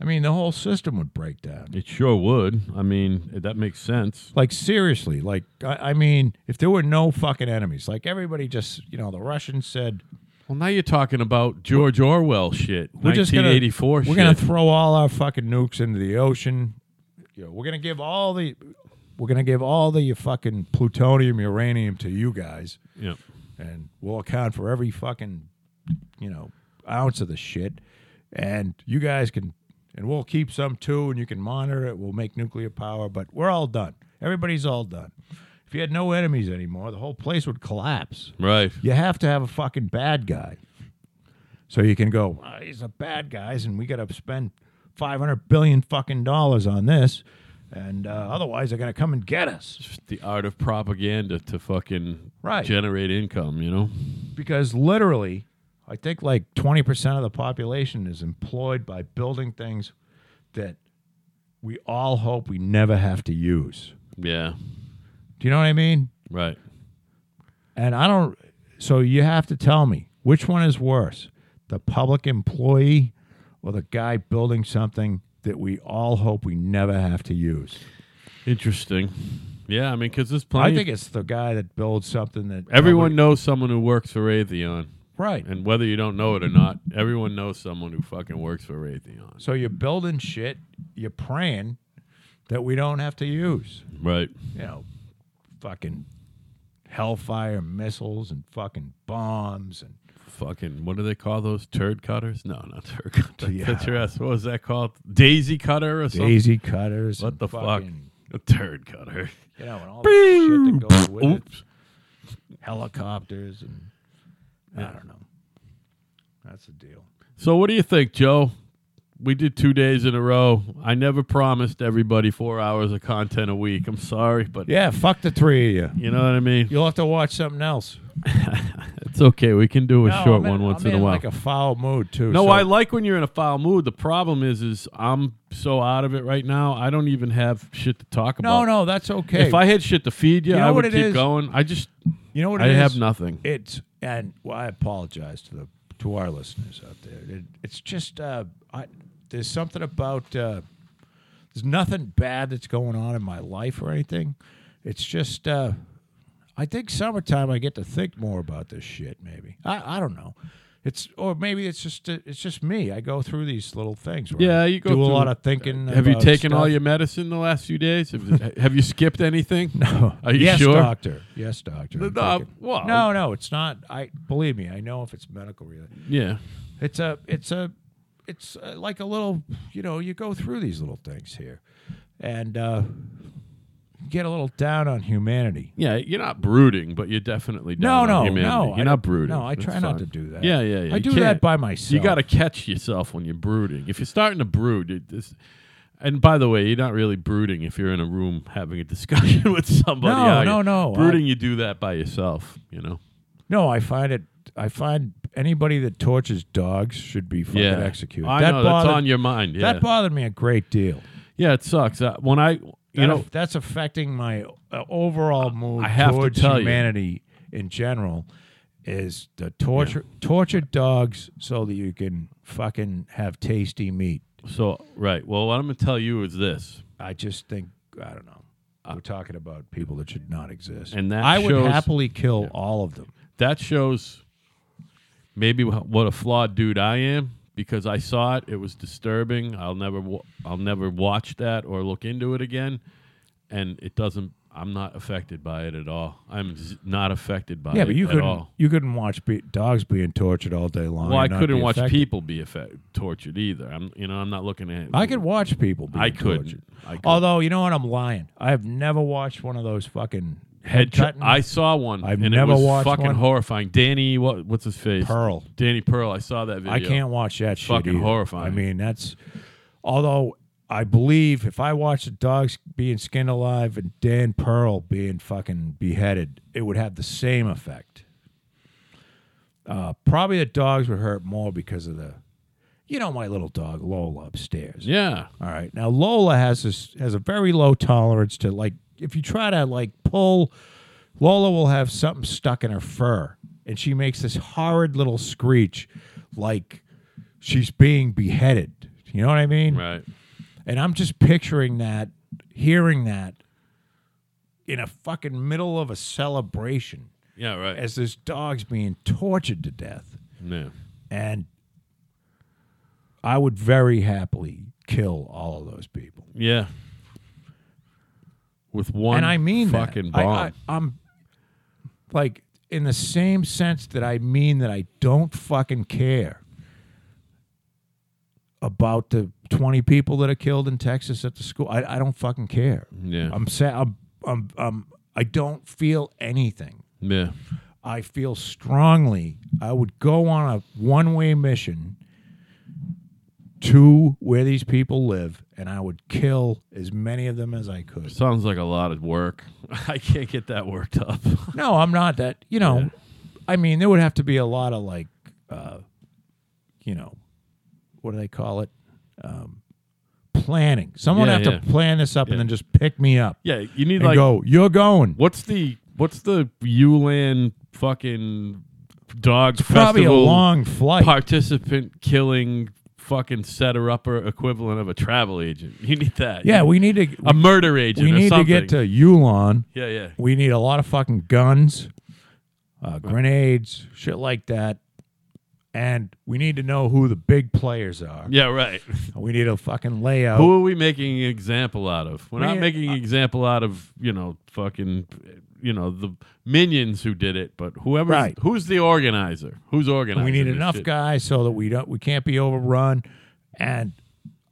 S2: I mean, the whole system would break down.
S1: It sure would. I mean, that makes sense.
S2: Like seriously, like I, I mean, if there were no fucking enemies, like everybody just, you know, the Russians said,
S1: Well, now you're talking about George Orwell shit.
S2: we're just gonna
S1: 1984
S2: we're
S1: shit.
S2: gonna throw all our fucking nukes into the ocean. You know, we're gonna give all the we're gonna give all the fucking plutonium, uranium to you guys,
S1: yeah.
S2: and we'll account for every fucking you know ounce of the shit. And you guys can, and we'll keep some too, and you can monitor it. We'll make nuclear power, but we're all done. Everybody's all done. If you had no enemies anymore, the whole place would collapse
S1: Right.
S2: you have to have a fucking bad guy. So you can go, "Ah, he's a bad guy, and we got to spend five hundred billion fucking dollars on this, and uh, otherwise they're gonna come and get us.
S1: Just the art of propaganda to fucking
S2: Right.
S1: generate income, you know?
S2: Because literally, I think like twenty percent of the population is employed by building things that we all hope we never have to use.
S1: Yeah.
S2: Do you know what I mean?
S1: Right.
S2: And I don't. So you have to tell me which one is worse, the public employee or the guy building something that we all hope we never have to use.
S1: Interesting. Yeah, I mean, because there's plenty.
S2: I think it's the guy that builds something that
S1: everyone
S2: nobody-
S1: knows someone who works for Raytheon,
S2: right.
S1: and whether you don't know it or not, everyone knows someone who fucking works for Raytheon.
S2: So you're building shit. You're praying that we don't have to use.
S1: Right.
S2: You know, fucking hellfire missiles and fucking bombs and
S1: Fucking what do they call those turd cutters? No, not turd cutter.
S2: Yeah.
S1: That's your ass. What was that called? Daisy cutter or something?
S2: daisy cutters.
S1: What
S2: and
S1: the fuck?
S2: fucking-
S1: A turd cutter.
S2: You know, and all the shit that goes with it.
S1: Oops.
S2: helicopters and I don't know. That's the deal.
S1: So what do you think, Joe? We did two days in a row. I never promised everybody four hours of content a week. I'm sorry, but
S2: Yeah, fuck the three of you.
S1: you know what I mean.
S2: You'll have to watch something else.
S1: It's okay. We can do a
S2: No,
S1: short
S2: I'm in-
S1: one once
S2: I'm
S1: in a while.
S2: Like a foul mood too.
S1: No,
S2: so-
S1: I like when you're in a foul mood. The problem is, is I'm so out of it right now. I don't even have shit to talk
S2: no,
S1: about.
S2: no. That's okay.
S1: If I had shit to feed you,
S2: You know
S1: I
S2: what
S1: would
S2: it
S1: keep
S2: is?
S1: going. I just,
S2: you know what
S1: I
S2: it
S1: have
S2: is?
S1: nothing.
S2: It's and well, I apologize to the to our listeners out there. It, it's just uh, I, there's something about uh, there's nothing bad that's going on in my life or anything. It's just uh, I think summertime I get to think more about this shit. Maybe I, I don't know. It's or maybe it's just uh, it's just me. I go through these little things. Where
S1: Yeah,
S2: I
S1: you go
S2: do a
S1: through-
S2: lot of thinking.
S1: Have you
S2: about
S1: taken all
S2: stuff.
S1: your medicine the last few days? Have, have you skipped anything?
S2: No.
S1: Are you
S2: yes,
S1: sure?
S2: doctor? Yes, doctor. I'm
S1: No,
S2: taking-
S1: well-
S2: no, no, it's not. I believe me. I know if it's medical related.
S1: Yeah.
S2: It's a, it's a, it's uh like a little. You know, you go through these little things here, and uh, get a little down on humanity.
S1: Yeah, you're not brooding, but you're definitely
S2: No,
S1: down
S2: no,
S1: on humanity.
S2: no. I
S1: You're
S2: don't-
S1: not brooding.
S2: no, I
S1: That's
S2: try not
S1: fine.
S2: to do that.
S1: Yeah, yeah, yeah.
S2: I
S1: You
S2: do that
S1: can't.
S2: by myself.
S1: You got to catch yourself when you're brooding. If you're starting to brood, it, it's, and by the way, you're not really brooding if you're in a room having a discussion with somebody.
S2: No,
S1: are
S2: no,
S1: you?
S2: no,
S1: Brooding,
S2: I-
S1: you do that by yourself. You know.
S2: No, I find it. I find anybody that tortures dogs should be fucking
S1: Yeah.
S2: executed.
S1: I
S2: that
S1: know
S2: bothered,
S1: that's on your mind. Yeah.
S2: That bothered me a great deal.
S1: yeah, it sucks. Uh, when I, you
S2: That
S1: know,
S2: aff- that's affecting my uh, overall mood
S1: I have to
S2: towards
S1: tell you.
S2: humanity in general. Is the torture torture dogs so that you can fucking have tasty meat?
S1: so right. Well, what I'm going to tell you is this.
S2: I just think I don't know. We're talking about people that should not exist,
S1: Uh, And that
S2: I would
S1: shows-
S2: happily kill all of them.
S1: that shows maybe wh- what a flawed dude I am because I saw it. It was disturbing. I'll never wa- I'll never watch that or look into it again. And it doesn't. I'm not affected by it at all. I'm z- not affected by
S2: Yeah,
S1: it
S2: but you
S1: at
S2: couldn't
S1: all.
S2: you couldn't watch be- dogs being tortured all day long.
S1: Well, I
S2: and not
S1: couldn't
S2: be
S1: watch
S2: affected.
S1: people be affected, tortured either. I'm, you know, I'm not looking at.
S2: I could watch people. Being
S1: I couldn't.
S2: tortured.
S1: I couldn't.
S2: Although you know what, I'm lying. I have never watched one of those fucking
S1: Head tra-
S2: cutting-
S1: I saw one.
S2: I've
S1: and
S2: never
S1: it was
S2: watched
S1: fucking
S2: one.
S1: horrifying. Danny, what, what's his face?
S2: Pearl.
S1: Danny Pearl. I saw that video.
S2: I can't watch that shit.
S1: Fucking
S2: either.
S1: horrifying.
S2: I mean, that's although I believe if I watched the dogs being skinned alive and Dan Pearl being fucking beheaded, it would have the same effect. Uh, probably the dogs would hurt more because of the, you know, my little dog Lola upstairs.
S1: Yeah.
S2: All right. Now Lola has this has a very low tolerance to like if you try to like pull Lola will have something stuck in her fur and she makes this horrid little screech like she's being beheaded. You know what I mean?
S1: Right.
S2: And I'm just picturing that, hearing that in a fucking middle of a celebration
S1: Yeah. Right.
S2: as this dog's being tortured to death
S1: yeah.
S2: and I would very happily kill all of those people.
S1: Yeah. With one
S2: and I mean that.
S1: fucking
S2: I-
S1: bomb.
S2: I, am like in the same sense that I mean that I don't fucking care about the 20 people that are killed in Texas at the school. I, I don't fucking care.
S1: yeah.
S2: I'm sad. I'm, I'm, I'm, I don't feel anything.
S1: yeah.
S2: I feel strongly I would go on a one way mission to where these people live, and I would kill as many of them as I could.
S1: Sounds like a lot of work. I can't get that worked up.
S2: No, I'm not that. You know,
S1: Yeah.
S2: I mean, there would have to be a lot of like, uh, you know, what do they call it? Um, planning. Someone
S1: Yeah,
S2: have
S1: yeah.
S2: to plan this up
S1: Yeah.
S2: and then just pick me up
S1: yeah, you need
S2: and
S1: like
S2: go. You're going.
S1: what's the what's the ULAN fucking dog
S2: Probably a
S1: festival
S2: long flight.
S1: participant killing fucking setter upper equivalent of a travel agent. You need that.
S2: Yeah, we need to.
S1: a murder agent.
S2: we
S1: or
S2: need to
S1: something.
S2: get to Yulon.
S1: Yeah, yeah.
S2: We need a lot of fucking guns, uh, grenades, shit like that. And we need to know who the big players are.
S1: Yeah, right.
S2: We need a fucking layout.
S1: Who are we making an example out of? We're not
S2: We-
S1: making an example out of, you know, fucking you know, the minions who did it, but whoever
S2: Right.
S1: who's the organizer? Who's organizing?
S2: we need
S1: this
S2: enough
S1: shit?
S2: guys so that we don't we can't be overrun and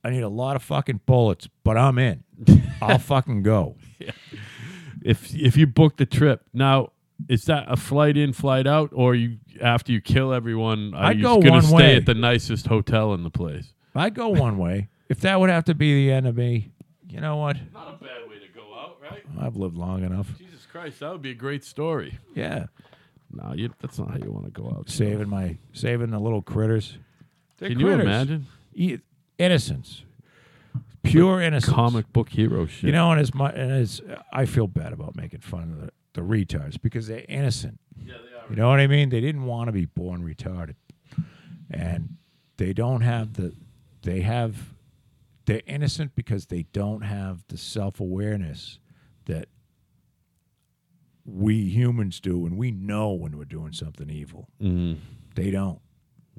S2: i need a lot of fucking bullets but i'm in i'll fucking go
S1: If if you book the trip. Now, is that a flight in, flight out, or you after you kill everyone, are
S2: I'd
S1: you
S2: go
S1: gonna
S2: one
S1: stay
S2: way.
S1: at the nicest hotel in the place?
S2: i go one way if that would have to be the end of me you know what
S1: Not a bad way to go out, right?
S2: i've lived long enough
S1: Jesus Christ, that would be a great story.
S2: yeah
S1: No, you, that's not how you want to go out.
S2: saving my saving the little critters They're
S1: Can you
S2: critters.
S1: imagine?
S2: E- innocence pure innocence
S1: Comic book hero shit.
S2: you know and as my and as i feel bad about making fun of the, the retards because they're innocent
S1: yeah, they are.
S2: You know what I mean? They didn't want to be born retarded. And they don't have the they have they're innocent because they don't have the self-awareness that we humans do and we know when we're doing something evil.
S1: Mm,
S2: They don't.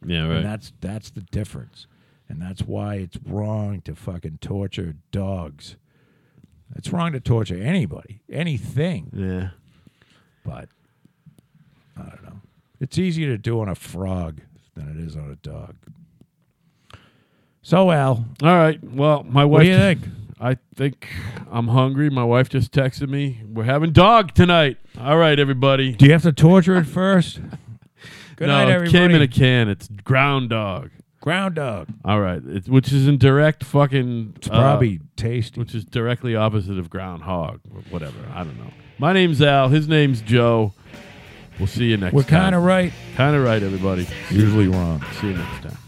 S1: yeah,
S2: And
S1: right.
S2: that's that's the difference. And that's why it's wrong to fucking torture dogs. It's wrong to torture anybody, anything
S1: Yeah.
S2: but I don't know. It's easier to do on a frog than it is on a dog. So Al,
S1: All right. Well, my wife.
S2: what do you think?
S1: I think I'm hungry. My wife just texted me. We're having dog tonight. All right, everybody.
S2: Do you have to torture it first? Good
S1: no,
S2: night,
S1: it
S2: everybody.
S1: came in a can. It's ground dog.
S2: Ground dog.
S1: All right, it, which is in direct fucking.
S2: It's
S1: uh,
S2: probably tasty.
S1: which is directly opposite of groundhog. or Whatever. I don't know. My name's Al. His name's Joe. We'll see you next.
S2: We're kind of
S1: of
S2: right.
S1: kind of right, everybody.
S2: Usually wrong.
S1: See you next time.